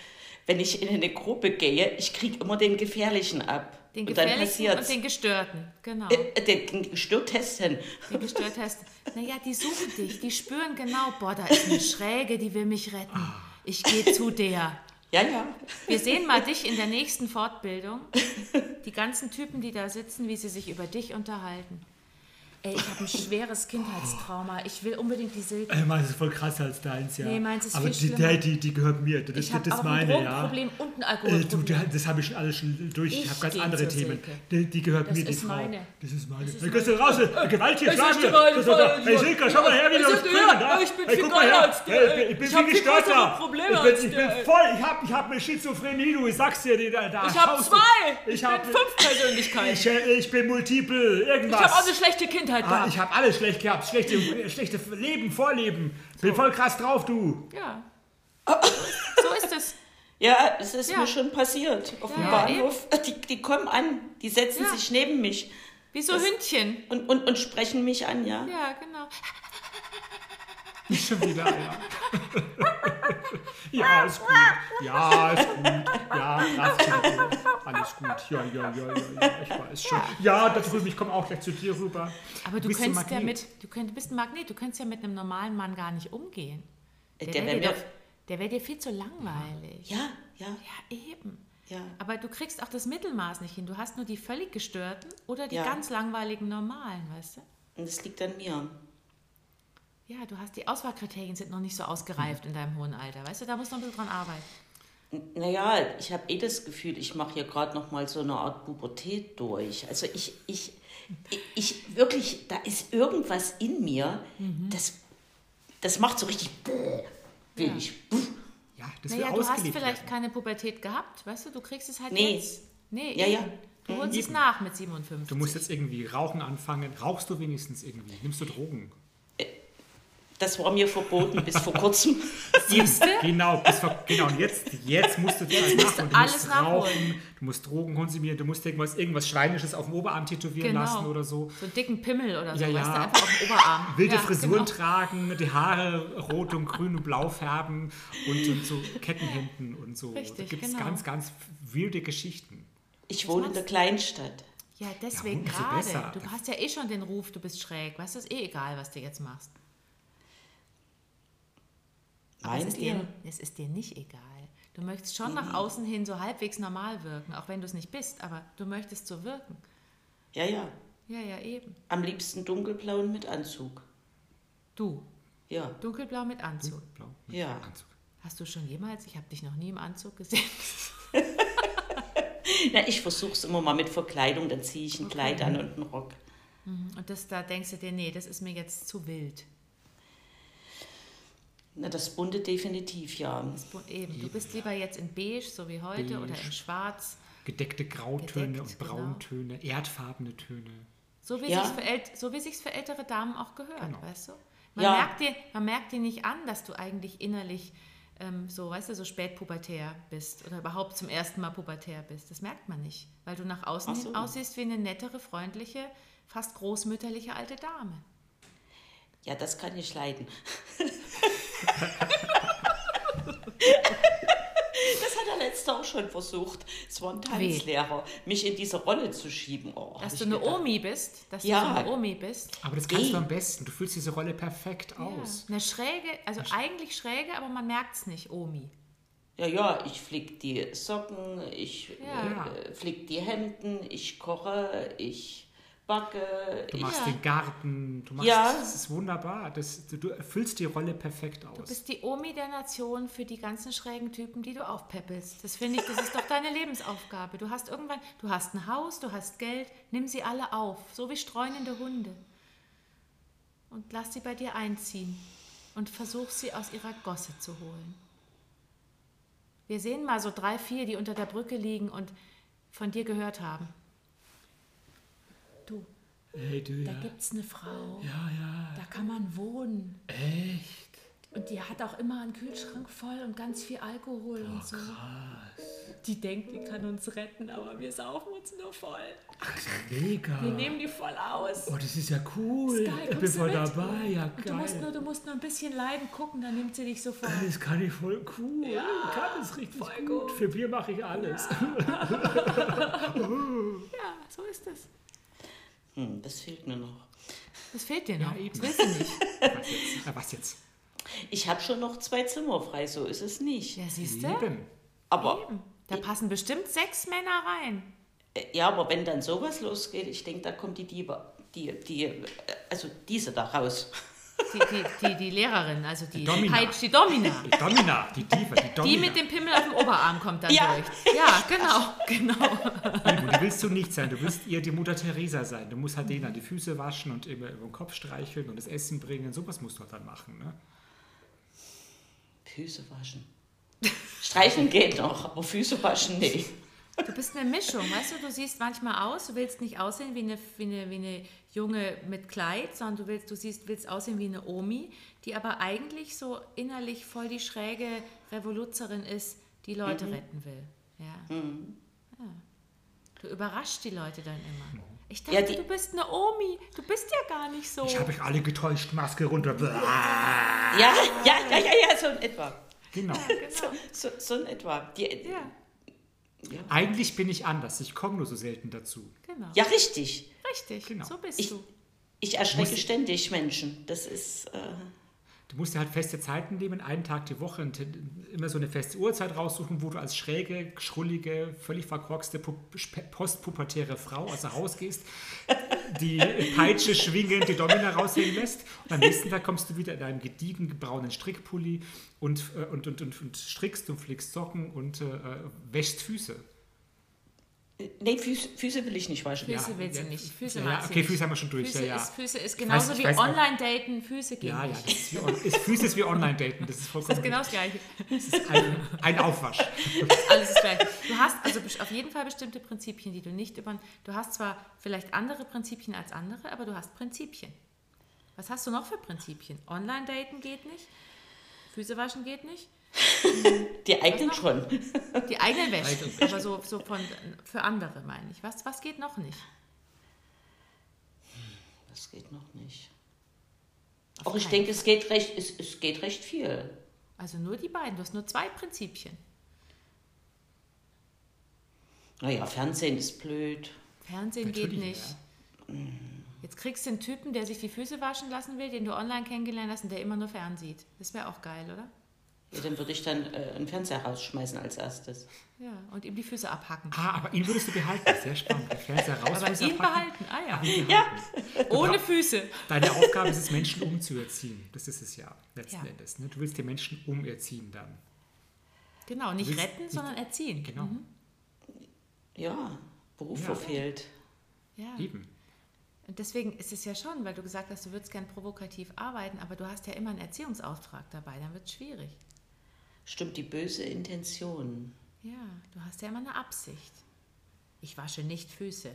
[SPEAKER 3] Wenn ich in eine Gruppe gehe, ich kriege immer den Gefährlichen ab.
[SPEAKER 2] Den
[SPEAKER 3] und dann
[SPEAKER 2] Gefährlichen
[SPEAKER 3] passiert's.
[SPEAKER 2] und den Gestörten. Genau.
[SPEAKER 3] Äh, Den Gestörtesten.
[SPEAKER 2] Den gestört hast. Naja, die suchen dich. Die spüren genau, boah, da ist eine Schräge, die will mich retten. Ich gehe zu der.
[SPEAKER 3] Ja, ja.
[SPEAKER 2] Wir sehen mal dich in der nächsten Fortbildung. Die ganzen Typen, die da sitzen, wie sie sich über dich unterhalten. Ey, ich habe ein schweres Kindheitstrauma. Ich will unbedingt die Silke.
[SPEAKER 4] Äh, meins ist voll krasser als deins, ja.
[SPEAKER 2] Nee, meins ist
[SPEAKER 4] Aber
[SPEAKER 2] viel
[SPEAKER 4] die,
[SPEAKER 2] schlimmer.
[SPEAKER 4] die, die, die gehört mir. Das,
[SPEAKER 2] Ich
[SPEAKER 4] das
[SPEAKER 2] habe
[SPEAKER 4] ist
[SPEAKER 2] auch
[SPEAKER 4] meine,
[SPEAKER 2] ein
[SPEAKER 4] ja.
[SPEAKER 2] Drogenproblem und ein
[SPEAKER 4] Äh, du,
[SPEAKER 2] Alkoholproblem.
[SPEAKER 4] da- das habe ich schon alles schon durch. Ich,
[SPEAKER 2] Ich
[SPEAKER 4] habe ganz
[SPEAKER 2] geh
[SPEAKER 4] andere
[SPEAKER 2] zur
[SPEAKER 4] Themen.
[SPEAKER 2] Silke.
[SPEAKER 4] Die, die gehört
[SPEAKER 2] Das
[SPEAKER 4] mir, die
[SPEAKER 2] ist
[SPEAKER 4] Frau.
[SPEAKER 2] meine.
[SPEAKER 4] Das ist meine. Hey, gehst du raus? äh, Gewalt hier, Schlag hier.
[SPEAKER 2] meine,
[SPEAKER 4] Das ist
[SPEAKER 2] meine,
[SPEAKER 4] doch- Hey,
[SPEAKER 2] meine.
[SPEAKER 4] Silke, schau mal her, wie
[SPEAKER 2] Ich
[SPEAKER 4] du uns
[SPEAKER 2] sag dir,
[SPEAKER 4] bringen,
[SPEAKER 2] ja,
[SPEAKER 4] da.
[SPEAKER 2] ich bin
[SPEAKER 4] Hey,
[SPEAKER 2] viel
[SPEAKER 4] guck mal
[SPEAKER 2] geiler
[SPEAKER 4] her.
[SPEAKER 2] als du,
[SPEAKER 4] Hey,
[SPEAKER 2] ey.
[SPEAKER 4] Ich bin
[SPEAKER 2] Ich hab
[SPEAKER 4] viel
[SPEAKER 2] viel
[SPEAKER 4] gestörter.
[SPEAKER 2] größere Probleme
[SPEAKER 4] Ich bin-
[SPEAKER 2] als
[SPEAKER 4] Ich
[SPEAKER 2] der,
[SPEAKER 4] bin
[SPEAKER 2] ey.
[SPEAKER 4] voll, ich habe ich hab eine Schizophrenie, du. Ich sag's dir, die da. da
[SPEAKER 2] ich habe
[SPEAKER 4] schaust du.
[SPEAKER 2] zwei.
[SPEAKER 4] Ich habe
[SPEAKER 2] bin fünf Persönlichkeiten.
[SPEAKER 4] ich, äh, ich bin multiple, irgendwas.
[SPEAKER 2] Ich habe auch eine schlechte Kindheit
[SPEAKER 4] Ah,
[SPEAKER 2] gehabt.
[SPEAKER 4] ich habe alles schlecht gehabt. Schlechte, äh, schlechte Leben, Vorleben. Bin voll krass drauf, du.
[SPEAKER 2] Ja. So ist es.
[SPEAKER 3] Ja, es ist
[SPEAKER 2] Ja.
[SPEAKER 3] mir schon passiert. Auf dem
[SPEAKER 2] Ja,
[SPEAKER 3] Bahnhof. Die, die kommen an, die setzen
[SPEAKER 2] Ja.
[SPEAKER 3] sich neben mich
[SPEAKER 2] Wie so Hündchen.
[SPEAKER 3] und, und, und sprechen mich an, ja.
[SPEAKER 2] Ja, genau.
[SPEAKER 4] Schon wieder, ja. ja, ist gut. Ja, ist gut. Ja, krass. ja, Alles gut. Ja, ja, ja, ja, ja. Ich weiß schon. Ja, da drüben, ich komme auch gleich zu dir rüber.
[SPEAKER 2] Aber du
[SPEAKER 4] bist ein
[SPEAKER 2] könntest ja
[SPEAKER 4] Magnet.
[SPEAKER 2] mit, du könnt, bist ein Magnet, du könntest ja mit einem normalen Mann gar nicht umgehen.
[SPEAKER 3] Der,
[SPEAKER 2] Der
[SPEAKER 3] wär
[SPEAKER 2] wäre
[SPEAKER 3] mir-
[SPEAKER 2] dir, doch- der wär dir viel zu langweilig.
[SPEAKER 3] ja, ja,
[SPEAKER 2] Ja, eben.
[SPEAKER 3] ja.
[SPEAKER 2] Aber du kriegst auch das Mittelmaß nicht hin. Du hast nur die völlig gestörten oder die
[SPEAKER 3] Ja.
[SPEAKER 2] ganz langweiligen normalen, weißt du?
[SPEAKER 3] Und es liegt an mir.
[SPEAKER 2] Ja, du hast die Auswahlkriterien sind noch nicht so ausgereift in deinem hohen Alter, weißt du? Da musst du noch ein bisschen dran arbeiten.
[SPEAKER 3] Naja, ich habe eh das Gefühl, ich mache hier gerade noch mal so eine Art Pubertät durch. Also ich, ich, ich, ich wirklich, da ist irgendwas in mir,
[SPEAKER 2] Mhm.
[SPEAKER 3] das, das macht so richtig, bäh, will ich.
[SPEAKER 4] Ja, das
[SPEAKER 2] Naja,
[SPEAKER 4] wird
[SPEAKER 2] du hast
[SPEAKER 4] ausgelegt.
[SPEAKER 2] vielleicht
[SPEAKER 4] werden.
[SPEAKER 2] keine Pubertät gehabt, weißt du? Du kriegst es halt
[SPEAKER 3] Nee.
[SPEAKER 2] jetzt. Nee,
[SPEAKER 3] Ja, ja.
[SPEAKER 2] eben. Du holst es nach mit 57.
[SPEAKER 4] Du musst jetzt irgendwie rauchen anfangen. Rauchst du wenigstens irgendwie? Nimmst du Drogen?
[SPEAKER 3] Das war mir verboten bis vor kurzem.
[SPEAKER 4] Genau, bis vor, genau. Und jetzt, jetzt musst du das nachholen. Du
[SPEAKER 2] alles
[SPEAKER 4] musst
[SPEAKER 2] nachholen.
[SPEAKER 4] rauchen, du musst Drogen konsumieren, du musst irgendwas, irgendwas Schweinisches auf dem Oberarm tätowieren
[SPEAKER 2] Genau.
[SPEAKER 4] lassen oder so.
[SPEAKER 2] So einen dicken Pimmel oder so,
[SPEAKER 4] Ja, ja.
[SPEAKER 2] weißt du, einfach auf dem Oberarm.
[SPEAKER 4] Wilde
[SPEAKER 2] ja,
[SPEAKER 4] Frisuren
[SPEAKER 2] genau.
[SPEAKER 4] tragen, die Haare rot und grün und blau färben und, und so Kettenhemden und so. da
[SPEAKER 2] Richtig,
[SPEAKER 4] gibt es
[SPEAKER 2] genau.
[SPEAKER 4] ganz, ganz weirde Geschichten.
[SPEAKER 3] Ich wohne in der Kleinstadt.
[SPEAKER 2] Ja, deswegen
[SPEAKER 4] umso besser.
[SPEAKER 2] gerade. Du hast ja eh schon den Ruf, du bist schräg. Weißt du, ist eh egal, was du jetzt machst. Aber es
[SPEAKER 3] Meint
[SPEAKER 2] ist,
[SPEAKER 3] ihr?
[SPEAKER 2] dir, es ist dir nicht egal. Du möchtest schon nach außen hin so halbwegs normal wirken, auch wenn du es nicht bist, aber du möchtest so wirken.
[SPEAKER 3] Ja, ja.
[SPEAKER 2] Ja, ja, eben.
[SPEAKER 3] Am liebsten dunkelblauen mit Anzug.
[SPEAKER 2] Du,
[SPEAKER 3] Ja.
[SPEAKER 2] dunkelblau mit Anzug.
[SPEAKER 4] Blau. ne? Also
[SPEAKER 3] Ja.
[SPEAKER 4] Anzug.
[SPEAKER 2] Hast du schon jemals, ich habe dich noch nie im Anzug gesehen.
[SPEAKER 3] Na, ich versuche es immer mal mit Verkleidung, dann ziehe ich ein Kleid an und einen Rock.
[SPEAKER 2] Und das, da denkst du dir, nee, das ist mir jetzt zu wild.
[SPEAKER 3] Na, das bunte definitiv, ja.
[SPEAKER 2] Bu- Eben, du bist lieber jetzt in beige, so wie heute, oder in
[SPEAKER 4] Beige.
[SPEAKER 2] schwarz.
[SPEAKER 4] Gedeckte Grautöne
[SPEAKER 2] Gedeckt, genau.
[SPEAKER 4] und Brauntöne, erdfarbene Töne.
[SPEAKER 2] So wie
[SPEAKER 3] Ja.
[SPEAKER 2] sich's für ält- so wie sich's für ältere Damen auch gehört,
[SPEAKER 4] Genau.
[SPEAKER 2] weißt du? Man,
[SPEAKER 3] Ja.
[SPEAKER 2] merkt dir, man merkt dir nicht an, dass du eigentlich innerlich ähm, so, weißt du, so spätpubertär bist oder überhaupt zum ersten Mal pubertär bist. Das merkt man nicht, weil du nach außen
[SPEAKER 3] Ach
[SPEAKER 2] hin
[SPEAKER 3] so.
[SPEAKER 2] aussiehst wie eine nettere, freundliche, fast großmütterliche alte Dame.
[SPEAKER 3] Ja, das kann ich leiden. das hat der Letzte auch schon versucht. Es war ein Tanzlehrer, mich in diese Rolle zu schieben. Oh, hab
[SPEAKER 2] Dass
[SPEAKER 3] ich
[SPEAKER 2] du eine
[SPEAKER 3] gedacht.
[SPEAKER 2] Omi bist, dass
[SPEAKER 3] Ja.
[SPEAKER 2] du so eine Omi bist.
[SPEAKER 4] Aber das kannst
[SPEAKER 3] Ey.
[SPEAKER 4] du am besten. Du fühlst diese Rolle perfekt aus.
[SPEAKER 2] Ja. Eine schräge, also eigentlich schräge, aber man merkt es nicht, Omi.
[SPEAKER 3] Ja, ja, ich flick die Socken, ich
[SPEAKER 2] Ja.
[SPEAKER 3] äh, flick die Hemden, ich koche, ich backe.
[SPEAKER 4] Du
[SPEAKER 3] Ich,
[SPEAKER 4] machst
[SPEAKER 2] Ja.
[SPEAKER 4] den Garten, du machst,
[SPEAKER 3] Ja.
[SPEAKER 4] das ist wunderbar. Das, du, du erfüllst die Rolle perfekt
[SPEAKER 2] Du
[SPEAKER 4] aus.
[SPEAKER 2] bist die Omi der Nation für die ganzen schrägen Typen, die du aufpäppelst. Das finde ich, das ist doch deine Lebensaufgabe. Du hast irgendwann, du hast ein Haus, du hast Geld, nimm sie alle auf, so wie streunende Hunde. Und lass sie bei dir einziehen und versuch sie aus ihrer Gosse zu holen. Wir sehen mal so drei, vier, die unter der Brücke liegen und von dir gehört haben. Du,
[SPEAKER 4] Ey, du,
[SPEAKER 2] da
[SPEAKER 4] ja.
[SPEAKER 2] gibt's eine Frau,
[SPEAKER 4] ja, ja,
[SPEAKER 2] da kann man wohnen.
[SPEAKER 4] echt.
[SPEAKER 2] Und die hat auch immer einen Kühlschrank voll und ganz viel Alkohol und so.
[SPEAKER 4] Krass.
[SPEAKER 2] Die denkt, die kann uns retten, aber wir saufen uns nur voll.
[SPEAKER 4] Das ist mega.
[SPEAKER 2] Wir nehmen die voll aus.
[SPEAKER 4] oh, das ist ja cool.
[SPEAKER 2] Geil,
[SPEAKER 4] ich bin
[SPEAKER 2] kommst du
[SPEAKER 4] voll
[SPEAKER 2] mit?
[SPEAKER 4] dabei. Ja,
[SPEAKER 2] und du musst, nur,
[SPEAKER 4] geil.
[SPEAKER 2] du musst nur ein bisschen leiden, gucken, dann nimmt sie dich sofort.
[SPEAKER 4] Das kann ich voll cool. Ja, kann das richtig
[SPEAKER 2] voll
[SPEAKER 4] gut.
[SPEAKER 2] gut.
[SPEAKER 4] Für Bier mache ich alles.
[SPEAKER 2] Ja, so ist das.
[SPEAKER 3] hm, das fehlt mir noch.
[SPEAKER 2] Das fehlt dir noch.
[SPEAKER 4] eben.
[SPEAKER 2] das willst du nicht.
[SPEAKER 4] Was jetzt? Ja, was jetzt?
[SPEAKER 3] Ich habe schon noch zwei Zimmer frei, so ist es nicht.
[SPEAKER 2] Ja, siehst du?
[SPEAKER 4] Eben.
[SPEAKER 3] Aber
[SPEAKER 2] Da passen bestimmt sechs Männer rein.
[SPEAKER 3] äh, ja, aber wenn dann sowas losgeht, ich denke, da kommt die Diebe, die, die, äh, also diese da raus.
[SPEAKER 2] Die, die, die, die Lehrerin, also die
[SPEAKER 4] Domina.
[SPEAKER 2] Peitsch, die Domina.
[SPEAKER 4] Die Domina, die Diva, die Domina.
[SPEAKER 2] Die mit dem Pimmel auf dem Oberarm kommt dann
[SPEAKER 3] Ja.
[SPEAKER 2] durch. Ja, genau, genau.
[SPEAKER 4] Ingo, die willst du nicht sein. Du willst ihr die Mutter Teresa sein. Du musst halt denen an die Füße waschen und immer über den Kopf streicheln und das Essen bringen. Sowas musst du halt dann machen. Ne?
[SPEAKER 3] Füße waschen. Streicheln geht noch, aber Füße waschen nicht.
[SPEAKER 2] Du bist eine Mischung, weißt du, du siehst manchmal aus, du willst nicht aussehen wie eine, wie eine, wie eine Junge mit Kleid, sondern du willst, du siehst, willst aussehen wie eine Omi, die aber eigentlich so innerlich voll die schräge Revoluzerin ist, die Leute
[SPEAKER 4] Mhm.
[SPEAKER 2] retten will. Ja. ja. Du überraschst die Leute dann immer. Ich dachte,
[SPEAKER 3] Ja, die-
[SPEAKER 2] du bist eine Omi, du bist ja gar nicht so.
[SPEAKER 4] Ich habe euch alle getäuscht, Maske runter. Blah.
[SPEAKER 3] Ja, ja, ja, ja, ja, so in etwa.
[SPEAKER 4] Genau.
[SPEAKER 2] genau.
[SPEAKER 3] So, so in etwa. Die,
[SPEAKER 2] Ja,
[SPEAKER 4] Eigentlich bin ich anders. Ich komme nur so selten dazu.
[SPEAKER 2] genau.
[SPEAKER 3] ja, richtig.
[SPEAKER 2] Richtig,
[SPEAKER 4] Genau.
[SPEAKER 2] so bist
[SPEAKER 3] Ich,
[SPEAKER 2] du.
[SPEAKER 3] ich erschrecke
[SPEAKER 4] Muss-
[SPEAKER 3] ständig Menschen. Das ist. Äh,
[SPEAKER 4] Du musst dir halt feste Zeiten nehmen, einen Tag die Woche, und immer so eine feste Uhrzeit raussuchen, wo du als schräge, schrullige, völlig verkorkste pu- sp- postpubertäre Frau aus dem Haus gehst, die Peitsche schwingend die Domina raushängen lässt. Und am nächsten Tag kommst du wieder in deinem gediegen braunen Strickpulli und, äh, und, und, und, und strickst und flickst Socken und äh, wäschst Füße.
[SPEAKER 3] nee, Füße, Füße will ich nicht waschen.
[SPEAKER 2] Füße
[SPEAKER 4] Ja,
[SPEAKER 2] will sie
[SPEAKER 4] ja,
[SPEAKER 2] nicht. Füße
[SPEAKER 4] ja,
[SPEAKER 2] mag
[SPEAKER 4] ja,
[SPEAKER 2] sie
[SPEAKER 4] okay,
[SPEAKER 2] nicht.
[SPEAKER 4] Füße haben wir schon durch,
[SPEAKER 2] Füße
[SPEAKER 4] ja, ja.
[SPEAKER 2] Ist, Füße ist
[SPEAKER 4] Ich weiß
[SPEAKER 2] genauso
[SPEAKER 4] nicht, ich
[SPEAKER 2] wie
[SPEAKER 4] weiß nicht.
[SPEAKER 2] Online-Daten. Füße gehen
[SPEAKER 4] Ja, ja,
[SPEAKER 2] nicht.
[SPEAKER 4] das ist wie, on- ist, Füße ist wie Online-Daten. Das ist
[SPEAKER 2] Das
[SPEAKER 4] vollkommen
[SPEAKER 2] ist genau das Gleiche.
[SPEAKER 4] ein, ein Aufwasch.
[SPEAKER 2] Alles ist gleich. Du hast also best- auf jeden Fall bestimmte Prinzipien, die du nicht über. Du hast zwar vielleicht andere Prinzipien als andere, aber du hast Prinzipien. Was hast du noch für Prinzipien? Online-Daten geht nicht. Füße waschen geht nicht.
[SPEAKER 3] Die eigenen schon.
[SPEAKER 2] Die eigene Wäsche. aber so, so von, für andere meine ich. Was, was geht noch nicht?
[SPEAKER 3] Das geht noch nicht. Auch ich denke, es geht recht, es, es geht recht viel.
[SPEAKER 2] Also nur die beiden. Du hast nur zwei Prinzipien.
[SPEAKER 3] Naja, Fernsehen ist blöd.
[SPEAKER 2] Fernsehen geht
[SPEAKER 4] Natürlich,
[SPEAKER 2] nicht. Jetzt kriegst du einen Typen, der sich die Füße waschen lassen will, den du online kennengelernt hast und der immer nur fernsieht. Das wäre auch geil, oder?
[SPEAKER 3] Ja, dann würde ich dann äh, einen Fernseher rausschmeißen als erstes.
[SPEAKER 2] Ja, und ihm die Füße abhacken.
[SPEAKER 4] Ah, aber ihn würdest du behalten. Sehr spannend. Der Fernseher raus,
[SPEAKER 2] Aber
[SPEAKER 4] Fernseher
[SPEAKER 2] ihn
[SPEAKER 4] packen.
[SPEAKER 2] behalten, ah ja.
[SPEAKER 3] Ja,
[SPEAKER 2] Ohne Füße.
[SPEAKER 4] Deine Aufgabe ist es, Menschen umzuerziehen. Das ist es ja letzten
[SPEAKER 2] Ja.
[SPEAKER 4] Endes. Ne? Du willst die Menschen umerziehen dann.
[SPEAKER 2] Genau, nicht
[SPEAKER 4] Willst-
[SPEAKER 2] retten, sondern erziehen.
[SPEAKER 4] Genau,
[SPEAKER 3] ja. Beruf
[SPEAKER 4] Ja.
[SPEAKER 3] verfehlt.
[SPEAKER 2] Ja.
[SPEAKER 4] eben.
[SPEAKER 2] Und deswegen ist es ja schon, weil du gesagt hast, du würdest gern provokativ arbeiten, aber du hast ja immer einen Erziehungsauftrag dabei, dann wird es schwierig.
[SPEAKER 3] Stimmt, die böse Intention.
[SPEAKER 2] Ja, du hast ja immer eine Absicht. Ich wasche nicht Füße.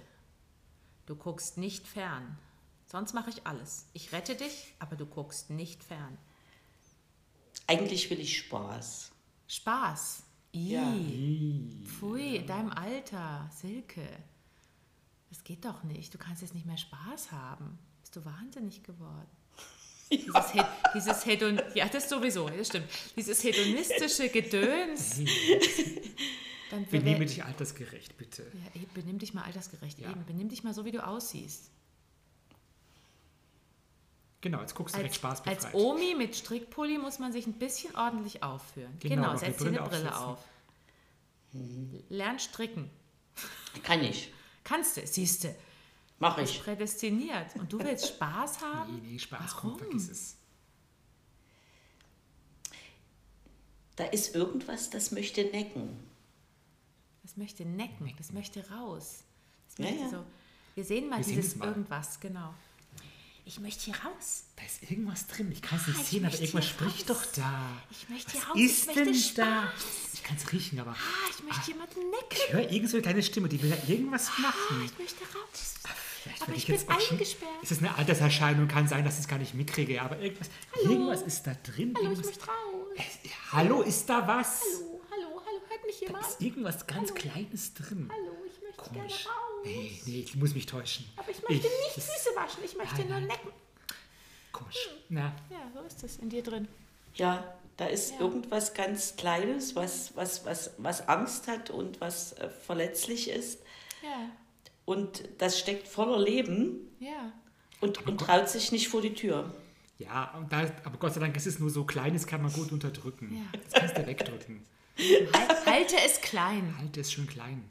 [SPEAKER 2] Du guckst nicht fern. Sonst mache ich alles. Ich rette dich, aber du guckst nicht fern.
[SPEAKER 3] Eigentlich will ich Spaß.
[SPEAKER 2] Spaß. I.
[SPEAKER 3] Ja.
[SPEAKER 2] Pfui, in deinem Alter, Silke. Das geht doch nicht. Du kannst jetzt nicht mehr Spaß haben. Bist du wahnsinnig geworden. Dieses, He dieses Hedon ja, das sowieso, das stimmt. Dieses hedonistische Gedöns. Dann
[SPEAKER 4] Benehme dich altersgerecht, bitte.
[SPEAKER 2] Ja, eben, benimm dich mal altersgerecht.
[SPEAKER 4] Ja.
[SPEAKER 2] Eben, benimm dich mal so, wie du aussiehst.
[SPEAKER 4] Genau, jetzt guckst du recht
[SPEAKER 2] Als,
[SPEAKER 4] spaßbefreit.
[SPEAKER 2] als Omi mit Strickpulli muss man sich ein bisschen ordentlich aufführen.
[SPEAKER 4] Genau,
[SPEAKER 2] Genau,
[SPEAKER 4] noch
[SPEAKER 2] setz dir
[SPEAKER 4] eine
[SPEAKER 2] eine
[SPEAKER 4] Brille
[SPEAKER 2] Brille
[SPEAKER 4] aufsetzen.
[SPEAKER 2] auf. Lern stricken.
[SPEAKER 3] Kann ich.
[SPEAKER 2] Kannst du, siehst du.
[SPEAKER 3] Mach
[SPEAKER 2] Du bist
[SPEAKER 3] ich.
[SPEAKER 2] prädestiniert. Und du willst Spaß
[SPEAKER 4] Nee,
[SPEAKER 2] haben?
[SPEAKER 4] nee, Spaß, komm, vergiss es.
[SPEAKER 3] Da ist irgendwas, das möchte necken.
[SPEAKER 2] Das möchte necken, das möchte raus. Das
[SPEAKER 3] Ja,
[SPEAKER 2] möchte
[SPEAKER 3] ja.
[SPEAKER 2] so. Wir sehen mal
[SPEAKER 4] Wir sehen
[SPEAKER 2] dieses
[SPEAKER 4] es mal.
[SPEAKER 2] irgendwas, genau. Ich möchte hier raus.
[SPEAKER 4] Da ist irgendwas drin. Ich kann es nicht
[SPEAKER 2] Ah, ich
[SPEAKER 4] sehen, aber
[SPEAKER 2] möchte
[SPEAKER 4] irgendwas
[SPEAKER 2] hier
[SPEAKER 4] spricht
[SPEAKER 2] raus.
[SPEAKER 4] doch da.
[SPEAKER 2] Ich möchte
[SPEAKER 4] Was
[SPEAKER 2] hier raus.
[SPEAKER 4] ist
[SPEAKER 2] ich möchte
[SPEAKER 4] denn
[SPEAKER 2] Spaß.
[SPEAKER 4] da? Ich kann es riechen, aber
[SPEAKER 2] Ah, ich möchte jemanden necken.
[SPEAKER 4] ich höre irgend so eine kleine Stimme, die will da irgendwas
[SPEAKER 2] Ah.
[SPEAKER 4] machen.
[SPEAKER 2] Ich möchte raus.
[SPEAKER 4] Vielleicht
[SPEAKER 2] aber
[SPEAKER 4] werde
[SPEAKER 2] ich bin
[SPEAKER 4] jetzt auch schon-
[SPEAKER 2] eingesperrt.
[SPEAKER 4] Es ist eine Alterserscheinung, kann sein, dass ich es gar nicht mitkriege, aber irgendwas, irgendwas ist da drin.
[SPEAKER 2] Hallo, ich
[SPEAKER 4] irgendwas-
[SPEAKER 2] möchte raus.
[SPEAKER 4] Es- Hallo, ist da was?
[SPEAKER 2] Hallo, hallo, hallo, hört mich
[SPEAKER 4] Da
[SPEAKER 2] jemand?
[SPEAKER 4] ist irgendwas ganz Kleines drin.
[SPEAKER 2] Hallo, ich möchte gerne
[SPEAKER 4] Komisch.
[SPEAKER 2] raus.
[SPEAKER 4] Nee, nee, ich muss mich täuschen.
[SPEAKER 2] Aber ich möchte nicht
[SPEAKER 4] das-
[SPEAKER 2] Füße waschen, ich möchte
[SPEAKER 4] Nein,
[SPEAKER 2] nur
[SPEAKER 4] nein.
[SPEAKER 2] necken.
[SPEAKER 4] Komisch. Na,
[SPEAKER 2] Ja, so ist es in dir drin.
[SPEAKER 3] Ja, da ist irgendwas ganz Kleines, was, was, was, was Angst hat und was äh, verletzlich ist.
[SPEAKER 2] Ja,
[SPEAKER 3] Und das steckt voller Leben
[SPEAKER 2] ja.
[SPEAKER 3] und, und traut sich nicht vor die Tür.
[SPEAKER 4] ja, und da, aber Gott sei Dank ist es nur so klein, das kann man gut unterdrücken.
[SPEAKER 2] Ja.
[SPEAKER 4] Das kannst du wegdrücken.
[SPEAKER 2] Hal- Halte es klein.
[SPEAKER 4] Halte es schön klein.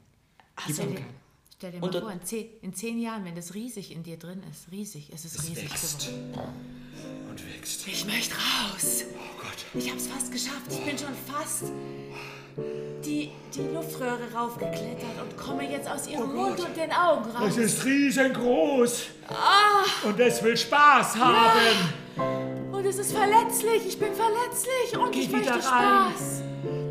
[SPEAKER 4] Gib ihm kein.
[SPEAKER 2] Stell dir mal
[SPEAKER 3] Und-
[SPEAKER 2] vor, in zehn, in zehn Jahren, wenn das riesig in dir drin ist, riesig, es ist riesig geworden.
[SPEAKER 4] Und wächst.
[SPEAKER 2] Ich möchte raus.
[SPEAKER 4] Oh Gott.
[SPEAKER 2] Ich hab's fast geschafft. Ich bin schon fast die, die Luftröhre raufgeklettert und komme jetzt aus ihrem
[SPEAKER 4] Oh
[SPEAKER 2] Mund und den Augen raus.
[SPEAKER 4] Es ist riesengroß. Und es will Spaß haben.
[SPEAKER 2] Und es ist verletzlich. Ich bin verletzlich und
[SPEAKER 4] Geh
[SPEAKER 2] ich möchte
[SPEAKER 4] wieder rein.
[SPEAKER 2] Spaß.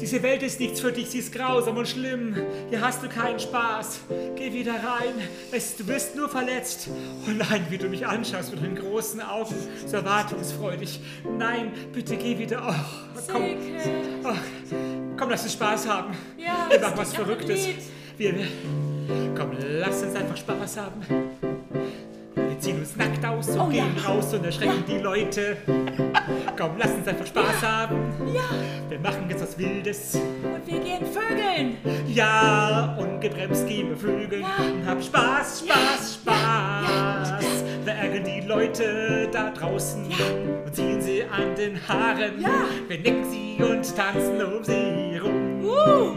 [SPEAKER 4] Diese Welt ist nichts für dich, sie ist grausam und schlimm. Hier hast du keinen Spaß. Geh wieder rein. Es, du wirst nur verletzt. Oh nein, wie du mich anschaust mit den großen Augen, so erwartungsfreudig. Nein, bitte geh wieder. Oh, komm,
[SPEAKER 2] Silke.
[SPEAKER 4] oh, komm, lass uns Spaß haben.
[SPEAKER 2] Ja,
[SPEAKER 4] Wir
[SPEAKER 2] es
[SPEAKER 4] machen was
[SPEAKER 2] gibt noch ein
[SPEAKER 4] Verrücktes.
[SPEAKER 2] Lied.
[SPEAKER 4] Wir, wir, komm, lass uns einfach Spaß haben. Wir ziehen uns nackt aus und
[SPEAKER 2] Oh ja.
[SPEAKER 4] gehen raus und erschrecken die Leute. Komm, lass uns einfach Spaß haben.
[SPEAKER 2] Ja,
[SPEAKER 4] Wir machen jetzt was Wildes.
[SPEAKER 2] und wir gehen vögeln.
[SPEAKER 4] Ja, ungebremst gehen wir Vögel. und Hab Spaß, Spaß, Spaß. Wir ärgern die Leute da draußen und ziehen sie an den Haaren.
[SPEAKER 2] Ja.
[SPEAKER 4] Wir necken sie und tanzen um sie rum.
[SPEAKER 2] Uh.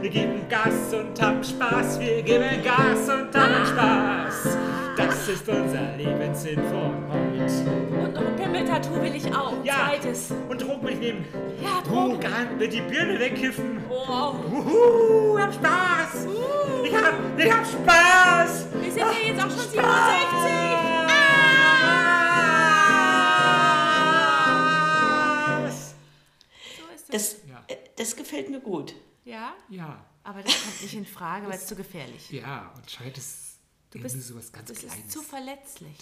[SPEAKER 4] Wir geben Gas und haben Spaß. Wir geben Gas und haben Spaß. Das ist unser Lebenssinn von heute.
[SPEAKER 2] Und noch ein Pimmel-Tattoo will ich auch.
[SPEAKER 4] Ja,
[SPEAKER 2] Zweites.
[SPEAKER 4] und Drogen will ich nehmen.
[SPEAKER 2] Ja, Drogen.
[SPEAKER 4] Drogen, wird die Birne wegkiffen.
[SPEAKER 2] Oh,
[SPEAKER 4] Uhu, hab Spaß! Ich hab, ich hab Spaß!
[SPEAKER 2] wir sind ja jetzt auch schon 67.
[SPEAKER 4] Spaß!
[SPEAKER 2] So ist es.
[SPEAKER 3] Das,
[SPEAKER 4] Ja.
[SPEAKER 3] äh, das gefällt mir gut.
[SPEAKER 2] Ja,
[SPEAKER 4] Ja,
[SPEAKER 2] aber das kommt nicht in Frage, weil es zu gefährlich ist.
[SPEAKER 4] ja, und scheint es irgendwie
[SPEAKER 2] bist-
[SPEAKER 4] sowas ganz
[SPEAKER 2] Das ist
[SPEAKER 4] Kleines.
[SPEAKER 2] zu verletzlich.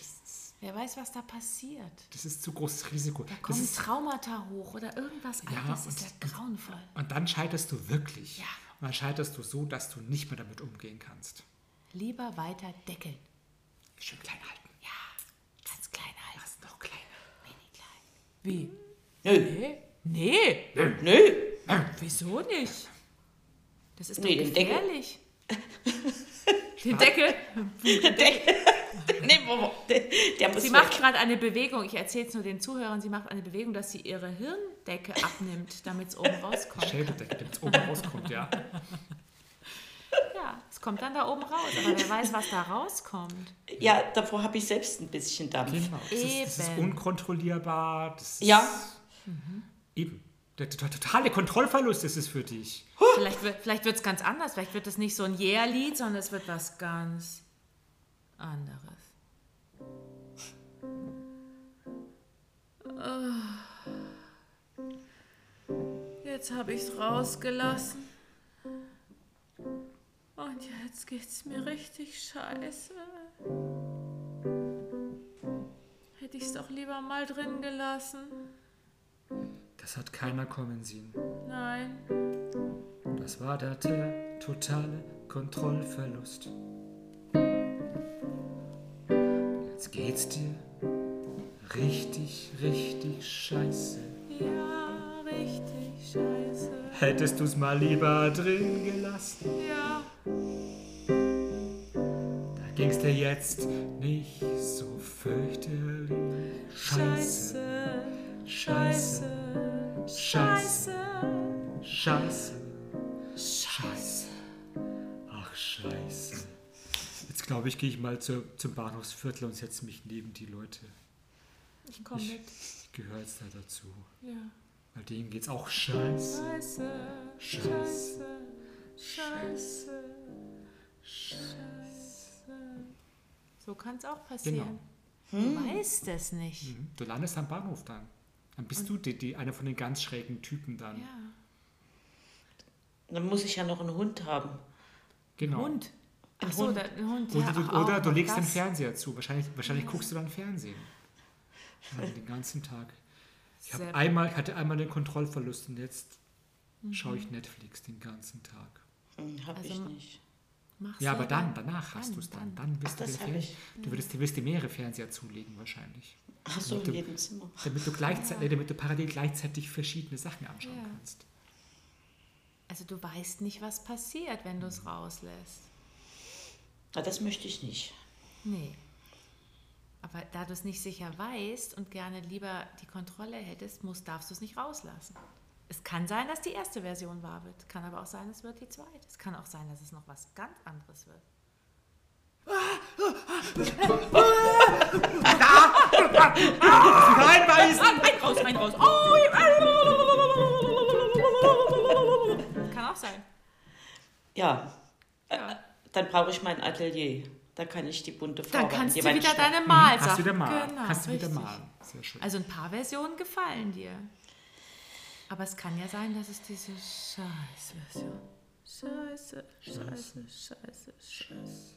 [SPEAKER 2] Wer weiß, was da passiert.
[SPEAKER 4] das ist zu großes Risiko. Das
[SPEAKER 2] Kommen
[SPEAKER 4] ist,
[SPEAKER 2] Traumata hoch oder irgendwas
[SPEAKER 4] Ja,
[SPEAKER 2] anderes. Das ist
[SPEAKER 4] und-
[SPEAKER 2] ja grauenvoll.
[SPEAKER 4] und dann scheiterst du wirklich.
[SPEAKER 2] Ja.
[SPEAKER 4] Und dann scheiterst du so, dass du nicht mehr damit umgehen kannst.
[SPEAKER 2] Lieber weiter deckeln.
[SPEAKER 4] Schön klein halten.
[SPEAKER 2] Ja, ganz klein halten.
[SPEAKER 4] Noch kleiner.
[SPEAKER 2] Mini klein. Wie?
[SPEAKER 3] Nö,
[SPEAKER 2] Nee. Nee,
[SPEAKER 3] nö.
[SPEAKER 2] wieso nicht? Das ist doch
[SPEAKER 3] Nee, den Deckel.
[SPEAKER 2] gefährlich. Den Deckel.
[SPEAKER 3] Nee, Mama, der, der muss
[SPEAKER 2] Sie
[SPEAKER 3] weg.
[SPEAKER 2] macht gerade eine Bewegung, ich erzähle es nur den Zuhörern, sie macht eine Bewegung, dass sie ihre Hirndecke abnimmt, damit es oben rauskommt.
[SPEAKER 4] Schädeldecke, damit es oben rauskommt, ja.
[SPEAKER 2] Ja, es kommt dann da oben raus, aber wer weiß, was da rauskommt.
[SPEAKER 3] Ja, davor habe ich selbst ein bisschen Dampf.
[SPEAKER 4] Genau. Das ist, das ist
[SPEAKER 2] Eben.
[SPEAKER 4] unkontrollierbar. Das ist
[SPEAKER 3] Ja.
[SPEAKER 4] Mhm. Eben. Der to- totale Kontrollverlust ist es für dich.
[SPEAKER 2] Vielleicht, wird- vielleicht wird es ganz anders, vielleicht wird es nicht so ein Yeah-Lied, sondern es wird was ganz anderes. Ah. Jetzt habe ich es rausgelassen. Und jetzt geht's mir richtig scheiße. Hätte ich es doch lieber mal drin gelassen.
[SPEAKER 4] Das hat keiner kommen sehen.
[SPEAKER 2] Nein.
[SPEAKER 4] Das war der te- totale Kontrollverlust. Jetzt geht's dir richtig, richtig scheiße.
[SPEAKER 2] Ja, richtig scheiße.
[SPEAKER 4] Hättest du's mal lieber drin gelassen.
[SPEAKER 2] Ja,
[SPEAKER 4] Da ging's dir jetzt nicht so fürchterlich. Scheiße,
[SPEAKER 2] scheiße,
[SPEAKER 4] scheiße,
[SPEAKER 2] scheiße,
[SPEAKER 4] scheiße,
[SPEAKER 2] scheiße.
[SPEAKER 4] scheiße, scheiße. Ach, scheiße. Jetzt glaube ich, gehe ich mal zur, zum Bahnhofsviertel und setze mich neben die Leute.
[SPEAKER 2] Ich komme
[SPEAKER 4] Ich-
[SPEAKER 2] mit.
[SPEAKER 4] Ich gehöre jetzt da dazu.
[SPEAKER 2] Ja.
[SPEAKER 4] Bei denen geht's auch scheiße.
[SPEAKER 2] Scheiße,
[SPEAKER 4] Scheiße,
[SPEAKER 2] Scheiße, Scheiße, Scheiße. So kann es auch passieren. Du
[SPEAKER 4] Hm.
[SPEAKER 2] weißt es nicht.
[SPEAKER 4] Genau. Mhm. Du landest am Bahnhof dann. Dann bist du die, die, einer von den ganz schrägen Typen dann.
[SPEAKER 2] Ja.
[SPEAKER 3] Dann muss ich ja noch einen Hund haben.
[SPEAKER 4] Genau.
[SPEAKER 2] Hund.
[SPEAKER 3] Ein
[SPEAKER 2] Ach so,
[SPEAKER 3] Hund.
[SPEAKER 2] der ein Hund.
[SPEAKER 4] Oder,
[SPEAKER 2] ja,
[SPEAKER 4] du,
[SPEAKER 2] auch
[SPEAKER 4] oder du
[SPEAKER 2] noch
[SPEAKER 4] legst den
[SPEAKER 2] das.
[SPEAKER 4] Fernseher zu. Wahrscheinlich, wahrscheinlich guckst du dann Fernsehen. Ja, den ganzen Tag. Ich hab
[SPEAKER 2] Sehr- Mhm.
[SPEAKER 4] einmal, ich hatte einmal den Kontrollverlust und jetzt schaue ich Netflix den ganzen Tag.
[SPEAKER 3] Hm, hab
[SPEAKER 2] Also
[SPEAKER 3] ich
[SPEAKER 2] ma-
[SPEAKER 3] nicht.
[SPEAKER 2] Mach's
[SPEAKER 4] Ja, aber
[SPEAKER 2] selber.
[SPEAKER 4] dann, danach hast du es dann. Dann bist du
[SPEAKER 3] das
[SPEAKER 4] den
[SPEAKER 3] hab
[SPEAKER 4] Fernseher.
[SPEAKER 3] ich.
[SPEAKER 4] Du würdest, du wirst dir mehrere Fernseher zulegen wahrscheinlich.
[SPEAKER 3] Ach so,
[SPEAKER 4] Damit
[SPEAKER 3] in
[SPEAKER 4] du-
[SPEAKER 3] jedem Zimmer.
[SPEAKER 4] Damit du, gleichzeitig, damit du parallel gleichzeitig verschiedene Sachen anschauen
[SPEAKER 2] Ja.
[SPEAKER 4] kannst.
[SPEAKER 2] Also du weißt nicht, was passiert, wenn du es rauslässt.
[SPEAKER 3] Na, das möchte ich nicht.
[SPEAKER 2] Nee. Aber da du es nicht sicher weißt und gerne lieber die Kontrolle hättest, musst, darfst du es nicht rauslassen. Es kann sein, dass die erste Version wahr wird. Kann aber auch sein, es wird die zweite. Es kann auch sein, dass es noch was ganz anderes wird.
[SPEAKER 4] Nein, weiß!
[SPEAKER 2] Rein raus, rein raus. Oh, kann auch sein.
[SPEAKER 3] Ja,
[SPEAKER 2] Ja.
[SPEAKER 3] dann brauche ich mein Atelier. Da kann ich die bunte Farbe
[SPEAKER 2] Dann
[SPEAKER 3] an
[SPEAKER 2] kannst
[SPEAKER 3] die
[SPEAKER 2] du
[SPEAKER 3] Wand
[SPEAKER 2] wieder
[SPEAKER 3] schneiden.
[SPEAKER 2] deine Malsachen.
[SPEAKER 4] Hast du wieder malen.
[SPEAKER 2] Genau,
[SPEAKER 4] Kannst du wieder
[SPEAKER 2] richtig.
[SPEAKER 4] malen. Sehr schön.
[SPEAKER 2] Also ein paar Versionen gefallen dir. Aber es kann ja sein, dass es diese Scheiß-Version. Scheiße, Scheiße, Scheiße, Scheiße.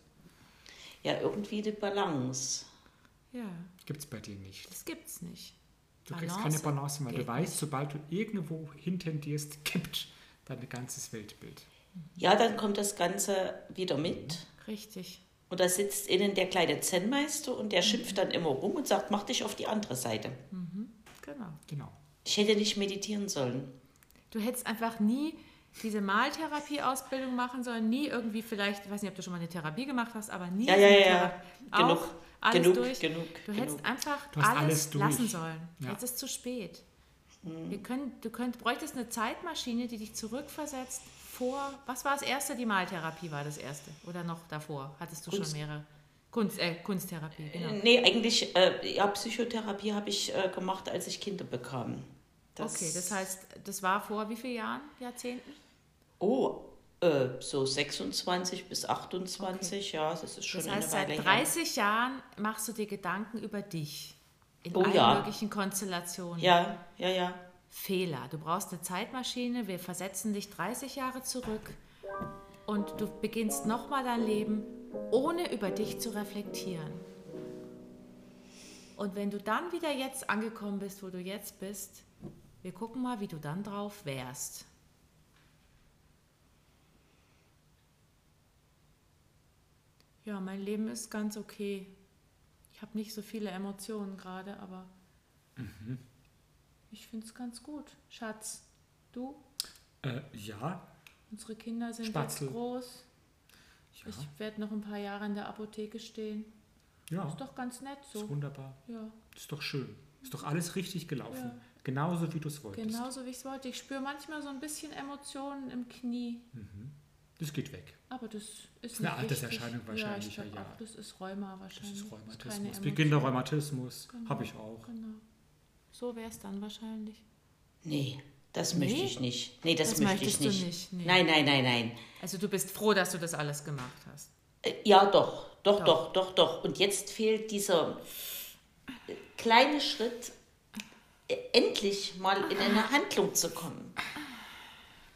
[SPEAKER 3] Ja, irgendwie die Balance.
[SPEAKER 2] Ja,
[SPEAKER 4] Gibt's bei dir nicht.
[SPEAKER 2] das gibt's nicht.
[SPEAKER 4] Du kriegst
[SPEAKER 2] Balance
[SPEAKER 4] keine Balance mehr. Du
[SPEAKER 2] geht
[SPEAKER 4] weißt, sobald du irgendwo hintendierst, kippt dein ganzes Weltbild.
[SPEAKER 3] Ja, dann kommt das Ganze wieder mit.
[SPEAKER 2] Richtig.
[SPEAKER 3] Und da sitzt innen der kleine Zen-Meister und der
[SPEAKER 2] Mhm.
[SPEAKER 3] schimpft dann immer rum und sagt, mach dich auf die andere Seite.
[SPEAKER 2] Genau.
[SPEAKER 4] Genau.
[SPEAKER 3] Ich hätte nicht meditieren sollen.
[SPEAKER 2] Du hättest einfach nie diese Maltherapie-Ausbildung machen sollen, nie irgendwie vielleicht, ich weiß nicht, ob du schon mal eine Therapie gemacht hast, aber nie.
[SPEAKER 3] Ja, ja,
[SPEAKER 2] eine
[SPEAKER 3] ja, ja.
[SPEAKER 2] Thera-
[SPEAKER 3] Genug,
[SPEAKER 2] auch alles
[SPEAKER 3] genug,
[SPEAKER 2] durch.
[SPEAKER 3] genug,
[SPEAKER 2] Du hättest
[SPEAKER 3] genug.
[SPEAKER 2] einfach
[SPEAKER 4] Du hast
[SPEAKER 2] alles,
[SPEAKER 4] alles durch.
[SPEAKER 2] lassen sollen.
[SPEAKER 4] Ja.
[SPEAKER 2] Jetzt ist zu spät.
[SPEAKER 3] Mhm.
[SPEAKER 2] Wir können, du könnt, bräuchtest eine Zeitmaschine, die dich zurückversetzt vor, was war das erste? Die Maltherapie war das erste. Oder noch davor? Hattest du
[SPEAKER 3] Kunst.
[SPEAKER 2] schon mehrere? Kunst, äh, Kunsttherapie, genau.
[SPEAKER 3] Nee, eigentlich, äh, ja, Psychotherapie habe ich äh, gemacht, als ich Kinder bekam.
[SPEAKER 2] okay, das heißt, das war vor wie vielen Jahren, Jahrzehnten?
[SPEAKER 3] Oh, äh, so 26 bis 28, ja, das ist schon
[SPEAKER 2] Das heißt,
[SPEAKER 3] eine Weile
[SPEAKER 2] seit
[SPEAKER 3] her.
[SPEAKER 2] 30 Jahren machst du dir Gedanken über dich. In
[SPEAKER 3] Oh
[SPEAKER 2] allen
[SPEAKER 3] ja.
[SPEAKER 2] möglichen Konstellationen.
[SPEAKER 3] Ja, ja, ja.
[SPEAKER 2] Fehler. Du brauchst eine Zeitmaschine, wir versetzen dich 30 Jahre zurück und du beginnst nochmal dein Leben, ohne über dich zu reflektieren. Und wenn du dann wieder jetzt angekommen bist, wo du jetzt bist, wir gucken mal, wie du dann drauf wärst. Ja, mein Leben ist ganz okay. Ich habe nicht so viele Emotionen gerade, aber ich finde es ganz gut. Schatz, du,
[SPEAKER 4] Äh, ja,
[SPEAKER 2] unsere Kinder sind
[SPEAKER 4] Spatzel.
[SPEAKER 2] jetzt groß.
[SPEAKER 4] ja,
[SPEAKER 2] Ich werde noch ein paar Jahre in der Apotheke stehen.
[SPEAKER 4] ja.
[SPEAKER 2] Ist doch ganz nett
[SPEAKER 4] ist
[SPEAKER 2] so.
[SPEAKER 4] wunderbar.
[SPEAKER 2] Ja,
[SPEAKER 4] Ist doch schön. Ist doch alles richtig gelaufen. Genauso wie du es wolltest.
[SPEAKER 2] genauso wie ich es wollte. Ich spüre manchmal so ein bisschen Emotionen im Knie,
[SPEAKER 4] Das geht weg.
[SPEAKER 2] aber das ist nicht
[SPEAKER 4] eine
[SPEAKER 2] wichtig.
[SPEAKER 4] Alterserscheinung wahrscheinlich,
[SPEAKER 2] Ja, ich glaub
[SPEAKER 4] ja, ja.
[SPEAKER 2] Auch, das ist Rheuma
[SPEAKER 4] Das
[SPEAKER 2] wahrscheinlich.
[SPEAKER 4] ist
[SPEAKER 2] keine
[SPEAKER 4] Rheumatismus.
[SPEAKER 2] Emotion.
[SPEAKER 4] Beginn der Rheumatismus.
[SPEAKER 2] Genau.
[SPEAKER 4] Habe ich auch.
[SPEAKER 2] Genau. So wäre es dann wahrscheinlich.
[SPEAKER 3] Nee, das
[SPEAKER 2] Nee?
[SPEAKER 3] möchte ich nicht. Nee, das,
[SPEAKER 2] Das
[SPEAKER 3] möchte ich
[SPEAKER 2] möchtest du
[SPEAKER 3] nicht.
[SPEAKER 2] nicht, nee.
[SPEAKER 3] Nein, nein, nein, nein.
[SPEAKER 2] Also du bist froh, dass du das alles gemacht hast.
[SPEAKER 3] Äh, Ja, doch, doch,
[SPEAKER 2] Doch.
[SPEAKER 3] doch, doch, doch. Und jetzt fehlt dieser äh, kleine Schritt, äh, endlich mal in eine Handlung zu kommen.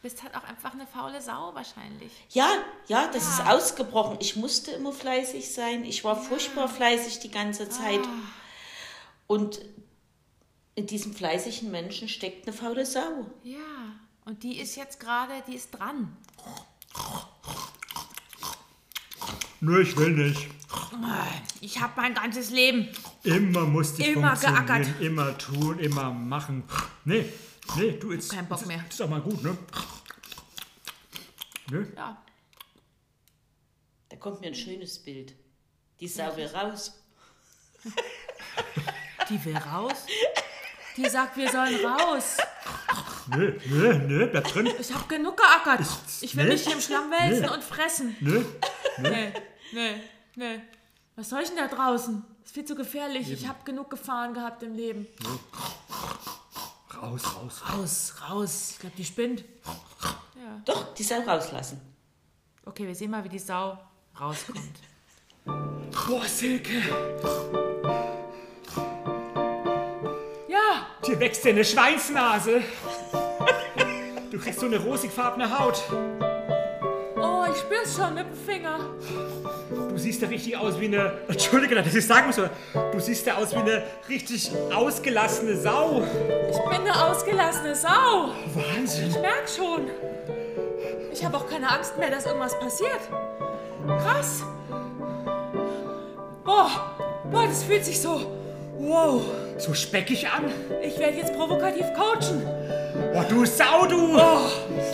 [SPEAKER 2] Bist halt auch einfach eine faule Sau wahrscheinlich.
[SPEAKER 3] Ja, ja, das ist ausgebrochen. Ich musste immer fleißig sein. Ich war furchtbar fleißig die ganze Zeit. Und in diesem fleißigen Menschen steckt eine faule Sau.
[SPEAKER 2] Ja. Und die ist jetzt gerade, die ist dran.
[SPEAKER 4] Nö, ich will nicht.
[SPEAKER 2] Ich habe mein ganzes Leben.
[SPEAKER 4] Immer musste ich
[SPEAKER 2] Immer
[SPEAKER 4] funktionieren.
[SPEAKER 2] geackert.
[SPEAKER 4] Immer tun, immer machen. Nee, nee, du jetzt.
[SPEAKER 2] Kein Bock
[SPEAKER 4] jetzt
[SPEAKER 2] mehr.
[SPEAKER 4] Ist, ist doch mal gut, ne? Nö.
[SPEAKER 2] Ja.
[SPEAKER 3] Da kommt mir ein schönes Bild. Die Sau will raus.
[SPEAKER 2] Die will raus. Die sagt, wir sollen raus.
[SPEAKER 4] Nö, nö, nö, bleib drin.
[SPEAKER 2] Ich hab genug geackert. Ich will
[SPEAKER 4] Nee.
[SPEAKER 2] mich hier im Schlamm wälzen
[SPEAKER 4] Nee.
[SPEAKER 2] und fressen.
[SPEAKER 4] Nö.
[SPEAKER 2] Nee, nee, Schnell. Was soll ich denn da draußen? Ist viel zu gefährlich. Ich habe genug Gefahren gehabt im Leben.
[SPEAKER 4] Raus, raus.
[SPEAKER 2] Raus, raus. Ich glaube, die spinnt. Ja.
[SPEAKER 3] Doch, die soll rauslassen.
[SPEAKER 2] Okay, wir sehen mal, wie die Sau rauskommt.
[SPEAKER 4] Boah, Silke,
[SPEAKER 2] ja!
[SPEAKER 4] dir wächst dir eine Schweinsnase. Du kriegst so eine rosigfarbene Haut.
[SPEAKER 2] Oh, ich spür's schon mit dem Finger.
[SPEAKER 4] Du siehst da richtig aus wie eine. Entschuldige, dass ich das sagen muss, aber du siehst da aus wie eine richtig ausgelassene Sau.
[SPEAKER 2] Ich bin eine ausgelassene Sau.
[SPEAKER 4] Wahnsinn.
[SPEAKER 2] Ich merk schon. Ich habe auch keine Angst mehr, dass irgendwas passiert. Krass. Boah, boah, das fühlt sich so. Wow.
[SPEAKER 4] So speckig an.
[SPEAKER 2] Ich werde jetzt provokativ coachen.
[SPEAKER 4] Boah, Oh, du Sau, du.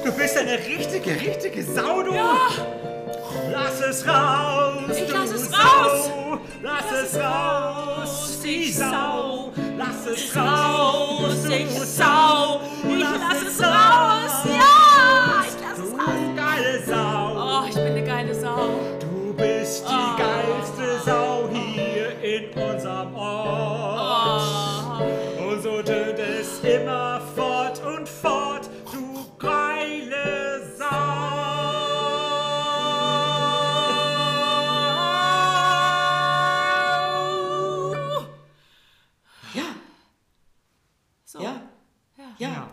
[SPEAKER 4] Du bist eine richtige, richtige Sau, du.
[SPEAKER 2] Oh. Ja.
[SPEAKER 4] Lass es raus,
[SPEAKER 2] Ich
[SPEAKER 4] du
[SPEAKER 2] lass es
[SPEAKER 4] Sau.
[SPEAKER 2] raus.
[SPEAKER 4] Lass, es raus, die
[SPEAKER 2] ich
[SPEAKER 4] Sau. Lass es raus,
[SPEAKER 2] raus, ich
[SPEAKER 4] du
[SPEAKER 2] Sau. Ich lass es raus. Ja, ich lass es
[SPEAKER 4] Du
[SPEAKER 2] raus.
[SPEAKER 4] geile Sau.
[SPEAKER 2] Oh, ich bin eine geile Sau. Oh.
[SPEAKER 4] Du bist die geilste Sau hier in unserem
[SPEAKER 2] Oh.
[SPEAKER 4] Ort. Und Oh, so tönt es immer fort und fort, du geile Sau.
[SPEAKER 3] Ja,
[SPEAKER 2] So.
[SPEAKER 3] ja,
[SPEAKER 2] Ja.
[SPEAKER 3] ja.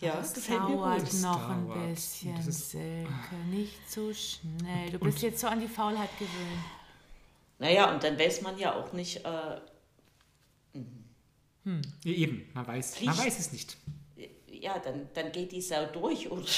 [SPEAKER 3] Ja,
[SPEAKER 2] Das
[SPEAKER 3] gefällt mir
[SPEAKER 2] dauert
[SPEAKER 3] gut.
[SPEAKER 4] Das
[SPEAKER 2] noch ein
[SPEAKER 4] dauert.
[SPEAKER 2] bisschen,
[SPEAKER 4] Das ist-
[SPEAKER 2] Silke. Nicht so schnell. Du bist jetzt so an die Faulheit gewöhnt.
[SPEAKER 3] Naja, und dann weiß man ja auch nicht, äh,
[SPEAKER 4] Ja, eben, man weiß, man
[SPEAKER 3] Riecht.
[SPEAKER 4] weiß es nicht.
[SPEAKER 3] ja, dann, dann geht die Sau durch und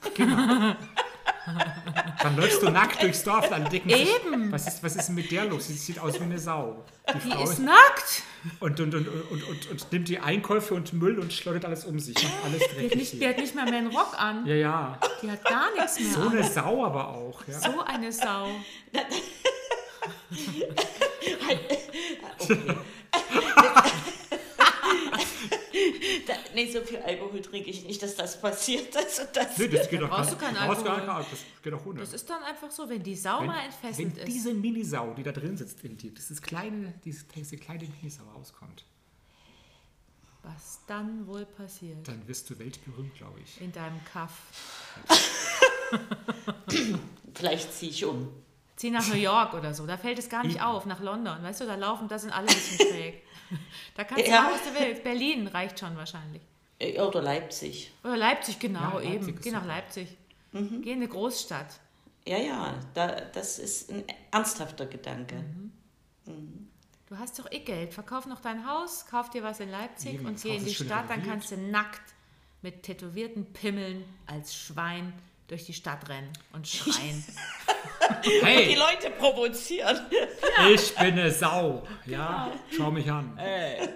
[SPEAKER 4] Dann läufst du nackt durchs Dorf, dann denken sich,
[SPEAKER 2] Eben.
[SPEAKER 4] Was ist, was ist denn mit der los? Sie sieht aus wie eine Sau. Die,
[SPEAKER 2] Die
[SPEAKER 4] Frau
[SPEAKER 2] ist nackt.
[SPEAKER 4] und, und, und, und, und, und nimmt die Einkäufe und Müll und schleudert alles um sich. Macht alles
[SPEAKER 2] Die hat
[SPEAKER 4] dreckig.
[SPEAKER 2] nicht-
[SPEAKER 4] hier.
[SPEAKER 2] Die hat nicht mal mehr einen Rock an.
[SPEAKER 4] Ja, ja.
[SPEAKER 2] Die hat gar nichts mehr
[SPEAKER 4] So
[SPEAKER 2] an.
[SPEAKER 4] eine Sau aber auch. Ja.
[SPEAKER 2] So eine Sau.
[SPEAKER 3] da, nee, so viel Alkohol trinke ich nicht, dass das passiert. Also das,
[SPEAKER 4] Nee, das geht doch gar
[SPEAKER 2] brauchst
[SPEAKER 4] nicht.
[SPEAKER 2] du keinen
[SPEAKER 4] brauchst gar
[SPEAKER 2] Alkohol.
[SPEAKER 4] nicht. Das geht auch ohne.
[SPEAKER 2] Das ist dann einfach so, wenn die Sau mal
[SPEAKER 4] wenn
[SPEAKER 2] entfesselt ist.
[SPEAKER 4] diese Minisau, die da drin sitzt in dir, dieses kleine, diese, diese kleine Minisau rauskommt,
[SPEAKER 2] Was dann wohl passiert?
[SPEAKER 4] dann wirst du weltberühmt, glaube ich.
[SPEAKER 2] In deinem Kaff.
[SPEAKER 3] vielleicht ziehe ich um.
[SPEAKER 2] Zieh nach New York oder so. Da fällt es gar nicht auf. Nach London. Weißt du, da laufen, da sind alle ein bisschen schräg. Da kannst du
[SPEAKER 3] Ja.
[SPEAKER 2] machen, was du willst. Berlin reicht schon wahrscheinlich.
[SPEAKER 3] Äh, Oder Leipzig.
[SPEAKER 2] Oder Leipzig, genau,
[SPEAKER 4] Ja, Leipzig
[SPEAKER 2] eben.
[SPEAKER 4] ist
[SPEAKER 2] Geh nach
[SPEAKER 4] super. Mhm.
[SPEAKER 2] Leipzig. Geh in eine Großstadt.
[SPEAKER 3] Ja, ja, da, das ist ein ernsthafter Gedanke.
[SPEAKER 2] Du hast doch eh Geld. Verkauf noch dein Haus, kauf dir was in Leipzig
[SPEAKER 4] Eben,
[SPEAKER 2] und
[SPEAKER 4] das
[SPEAKER 2] geh
[SPEAKER 4] Haus
[SPEAKER 2] in
[SPEAKER 4] ist
[SPEAKER 2] die
[SPEAKER 4] schön
[SPEAKER 2] Stadt. Dann
[SPEAKER 4] renoviert.
[SPEAKER 2] kannst du nackt mit tätowierten Pimmeln als Schwein durch die Stadt rennen und schreien.
[SPEAKER 3] Die
[SPEAKER 4] Hey,
[SPEAKER 3] Leute provozieren.
[SPEAKER 2] Genau.
[SPEAKER 4] ich bin eine Sau. Ja, schau mich an.
[SPEAKER 2] Äh,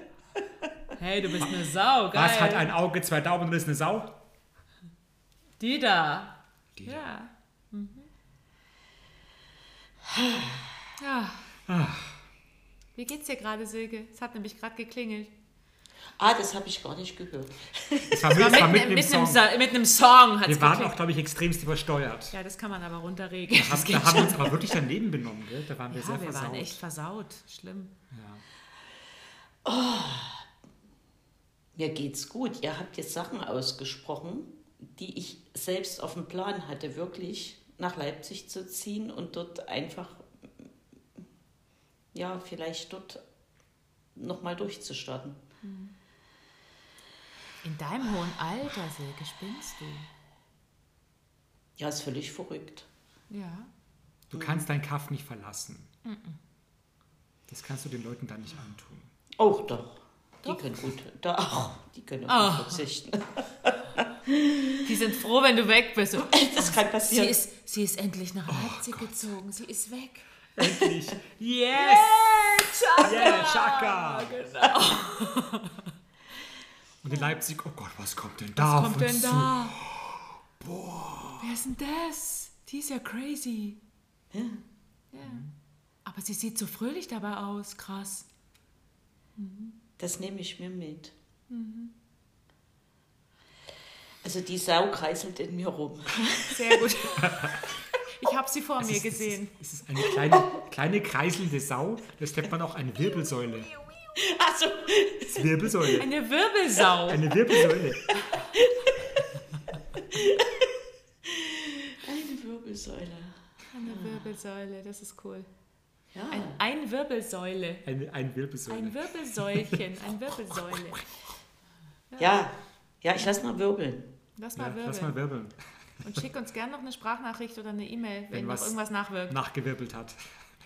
[SPEAKER 2] hey, du bist eine Sau, geil.
[SPEAKER 4] Was hat ein Auge, zwei Daumen und ist eine Sau?
[SPEAKER 2] Die da.
[SPEAKER 4] Die da.
[SPEAKER 2] Ja. Mhm. ja. Wie geht's dir gerade, Silke? Es hat nämlich gerade geklingelt.
[SPEAKER 3] Ah, das habe ich gar nicht gehört.
[SPEAKER 4] Es war, mit- es war mitten im
[SPEAKER 2] mit, einem
[SPEAKER 4] Song.
[SPEAKER 2] Sa- mit einem Song hat's
[SPEAKER 4] Wir waren
[SPEAKER 2] geklingelt.
[SPEAKER 4] auch, glaube ich, extremst übersteuert.
[SPEAKER 2] Ja, das kann man aber runterregeln.
[SPEAKER 4] Haben, da haben wir uns aber wirklich daneben benommen, gell? Da waren wir sehr
[SPEAKER 2] Ja, wir
[SPEAKER 4] versaut.
[SPEAKER 2] waren echt versaut. Schlimm.
[SPEAKER 3] Mir geht's gut. Ihr habt jetzt Sachen ausgesprochen, die ich selbst auf dem Plan hatte, wirklich nach Leipzig zu ziehen und dort einfach, ja, vielleicht dort nochmal durchzustarten.
[SPEAKER 2] In deinem hohen Alter, Silke, spinnst du?
[SPEAKER 3] Ja, ist völlig verrückt.
[SPEAKER 2] Ja.
[SPEAKER 4] Du kannst dein Kaff nicht verlassen. Das kannst du den Leuten dann nicht antun.
[SPEAKER 3] Auch doch. Ah. Die können gut, da, ach, die können auch gut verzichten.
[SPEAKER 2] Die sind froh, wenn du weg bist. Und
[SPEAKER 3] Das kann
[SPEAKER 2] Sie
[SPEAKER 3] passieren.
[SPEAKER 2] ist, sie ist endlich nach Leipzig gezogen. Sie ist weg.
[SPEAKER 4] Endlich. Yes! Chaka! Yeah,
[SPEAKER 2] Oh
[SPEAKER 4] Chaka!
[SPEAKER 2] genau.
[SPEAKER 4] Und in Leipzig, oh Gott, was kommt denn da? auf
[SPEAKER 2] Kommt
[SPEAKER 4] uns
[SPEAKER 2] denn
[SPEAKER 4] Zu?
[SPEAKER 2] da? Boah. Wer ist denn das? Die ist ja crazy. Ja. Aber sie sieht so fröhlich dabei aus. Krass.
[SPEAKER 3] Das nehme ich mir mit.
[SPEAKER 2] Mhm.
[SPEAKER 3] Also die Sau kreiselt in mir rum.
[SPEAKER 2] Sehr gut. Ich habe sie vor
[SPEAKER 4] Es
[SPEAKER 2] mir
[SPEAKER 4] ist-
[SPEAKER 2] gesehen.
[SPEAKER 4] Es ist, es ist eine kleine, kleine kreiselnde Sau, das nennt man auch eine Wirbelsäule.
[SPEAKER 3] Also,
[SPEAKER 4] Das ist Wirbelsäule.
[SPEAKER 2] Eine Wirbelsau.
[SPEAKER 4] Eine Wirbelsäule.
[SPEAKER 3] eine Wirbelsäule.
[SPEAKER 2] Eine Wirbelsäule, das ist cool.
[SPEAKER 3] Ja.
[SPEAKER 2] Ein, ein Wirbelsäule.
[SPEAKER 4] Eine, eine Wirbelsäule.
[SPEAKER 2] Ein Wirbelsäulchen, ein Wirbelsäule.
[SPEAKER 3] ja. Ja, ich lass mal wirbeln.
[SPEAKER 2] Lass
[SPEAKER 4] ja,
[SPEAKER 2] mal
[SPEAKER 4] lass
[SPEAKER 2] wirbeln.
[SPEAKER 4] mal wirbeln.
[SPEAKER 2] Und schick uns gerne noch eine Sprachnachricht oder eine E-Mail, wenn,
[SPEAKER 4] Wenn
[SPEAKER 2] noch
[SPEAKER 4] was-
[SPEAKER 2] irgendwas nachwirkt,
[SPEAKER 4] Nachgewirbelt hat.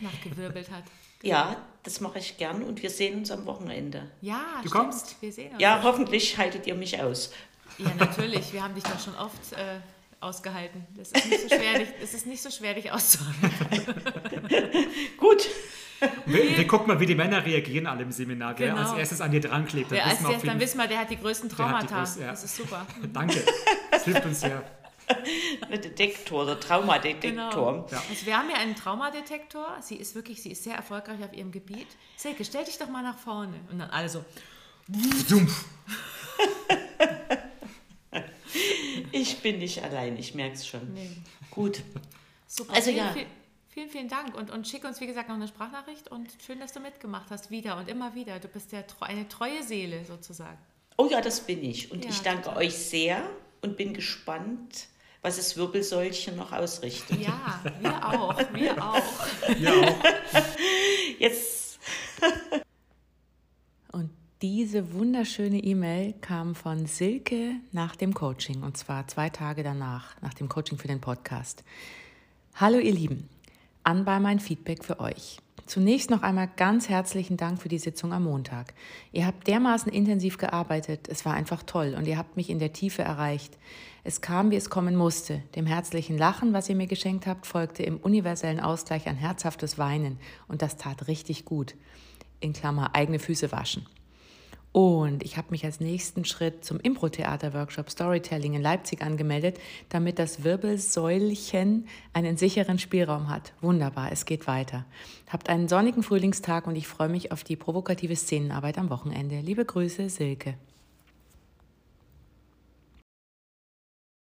[SPEAKER 2] nachgewirbelt hat.
[SPEAKER 3] Ja, das mache ich gern und wir sehen uns am Wochenende.
[SPEAKER 2] Ja,
[SPEAKER 4] Du
[SPEAKER 2] stimmt.
[SPEAKER 4] kommst?
[SPEAKER 2] Wir sehen uns.
[SPEAKER 3] Ja, hoffentlich haltet ihr mich aus.
[SPEAKER 2] Ja, natürlich. Wir haben dich doch schon oft äh, ausgehalten. Das ist nicht so schwer, dich, es ist nicht so schwer, dich auszuhalten.
[SPEAKER 3] Gut.
[SPEAKER 4] Wir, wir gucken mal, wie die Männer reagieren alle im Seminar. Wer
[SPEAKER 2] Genau.
[SPEAKER 4] als erstes an dir dran klebt, dann
[SPEAKER 2] Wer als
[SPEAKER 4] wissen wir auf
[SPEAKER 2] jetzt dann
[SPEAKER 4] jeden
[SPEAKER 2] wissen wir, der hat die größten
[SPEAKER 4] Der hat die
[SPEAKER 2] Traumata.
[SPEAKER 4] größten, ja.
[SPEAKER 2] Das ist super.
[SPEAKER 4] Danke. Das hilft uns sehr.
[SPEAKER 3] Der Detektor, der Traumadetektor.
[SPEAKER 2] Genau. Also wir haben ja einen Traumadetektor. Sie ist wirklich, sie ist sehr erfolgreich auf ihrem Gebiet. Silke, stell dich doch mal nach vorne. Und dann alle so.
[SPEAKER 4] Dumpf.
[SPEAKER 3] Ich bin nicht allein, ich merke es schon.
[SPEAKER 2] Nee.
[SPEAKER 3] Gut.
[SPEAKER 2] Super.
[SPEAKER 3] Also
[SPEAKER 2] vielen,
[SPEAKER 3] ja.
[SPEAKER 2] Vielen, vielen, vielen Dank. Und, und schick uns, wie gesagt, noch eine Sprachnachricht. Und schön, dass du mitgemacht hast. Wieder und immer wieder. Du bist ja treu, eine treue Seele sozusagen.
[SPEAKER 3] Oh ja, das bin ich. Und
[SPEAKER 2] Ja,
[SPEAKER 3] ich danke euch sehr und bin gespannt, was es Wirbelsäulchen noch ausrichtet.
[SPEAKER 2] Ja, wir auch. Wir auch.
[SPEAKER 4] Ja, auch.
[SPEAKER 3] Jetzt
[SPEAKER 1] Und diese wunderschöne E-Mail kam von Silke nach dem Coaching und zwar zwei Tage danach, nach dem Coaching für den Podcast. Hallo ihr Lieben, anbei mein Feedback für euch. Zunächst noch einmal ganz herzlichen Dank für die Sitzung am Montag. Ihr habt dermaßen intensiv gearbeitet, es war einfach toll und ihr habt mich in der Tiefe erreicht. Es kam, wie es kommen musste. Dem herzlichen Lachen, was ihr mir geschenkt habt, folgte im universellen Ausgleich ein herzhaftes Weinen und das tat richtig gut. In Klammer eigene Füße waschen. Und ich habe mich als nächsten Schritt zum Impro-Theater-Workshop Storytelling in Leipzig angemeldet, damit das Wirbelsäulchen einen sicheren Spielraum hat. Wunderbar, es geht weiter. Habt einen sonnigen Frühlingstag und ich freue mich auf die provokative Szenenarbeit am Wochenende. Liebe Grüße, Silke.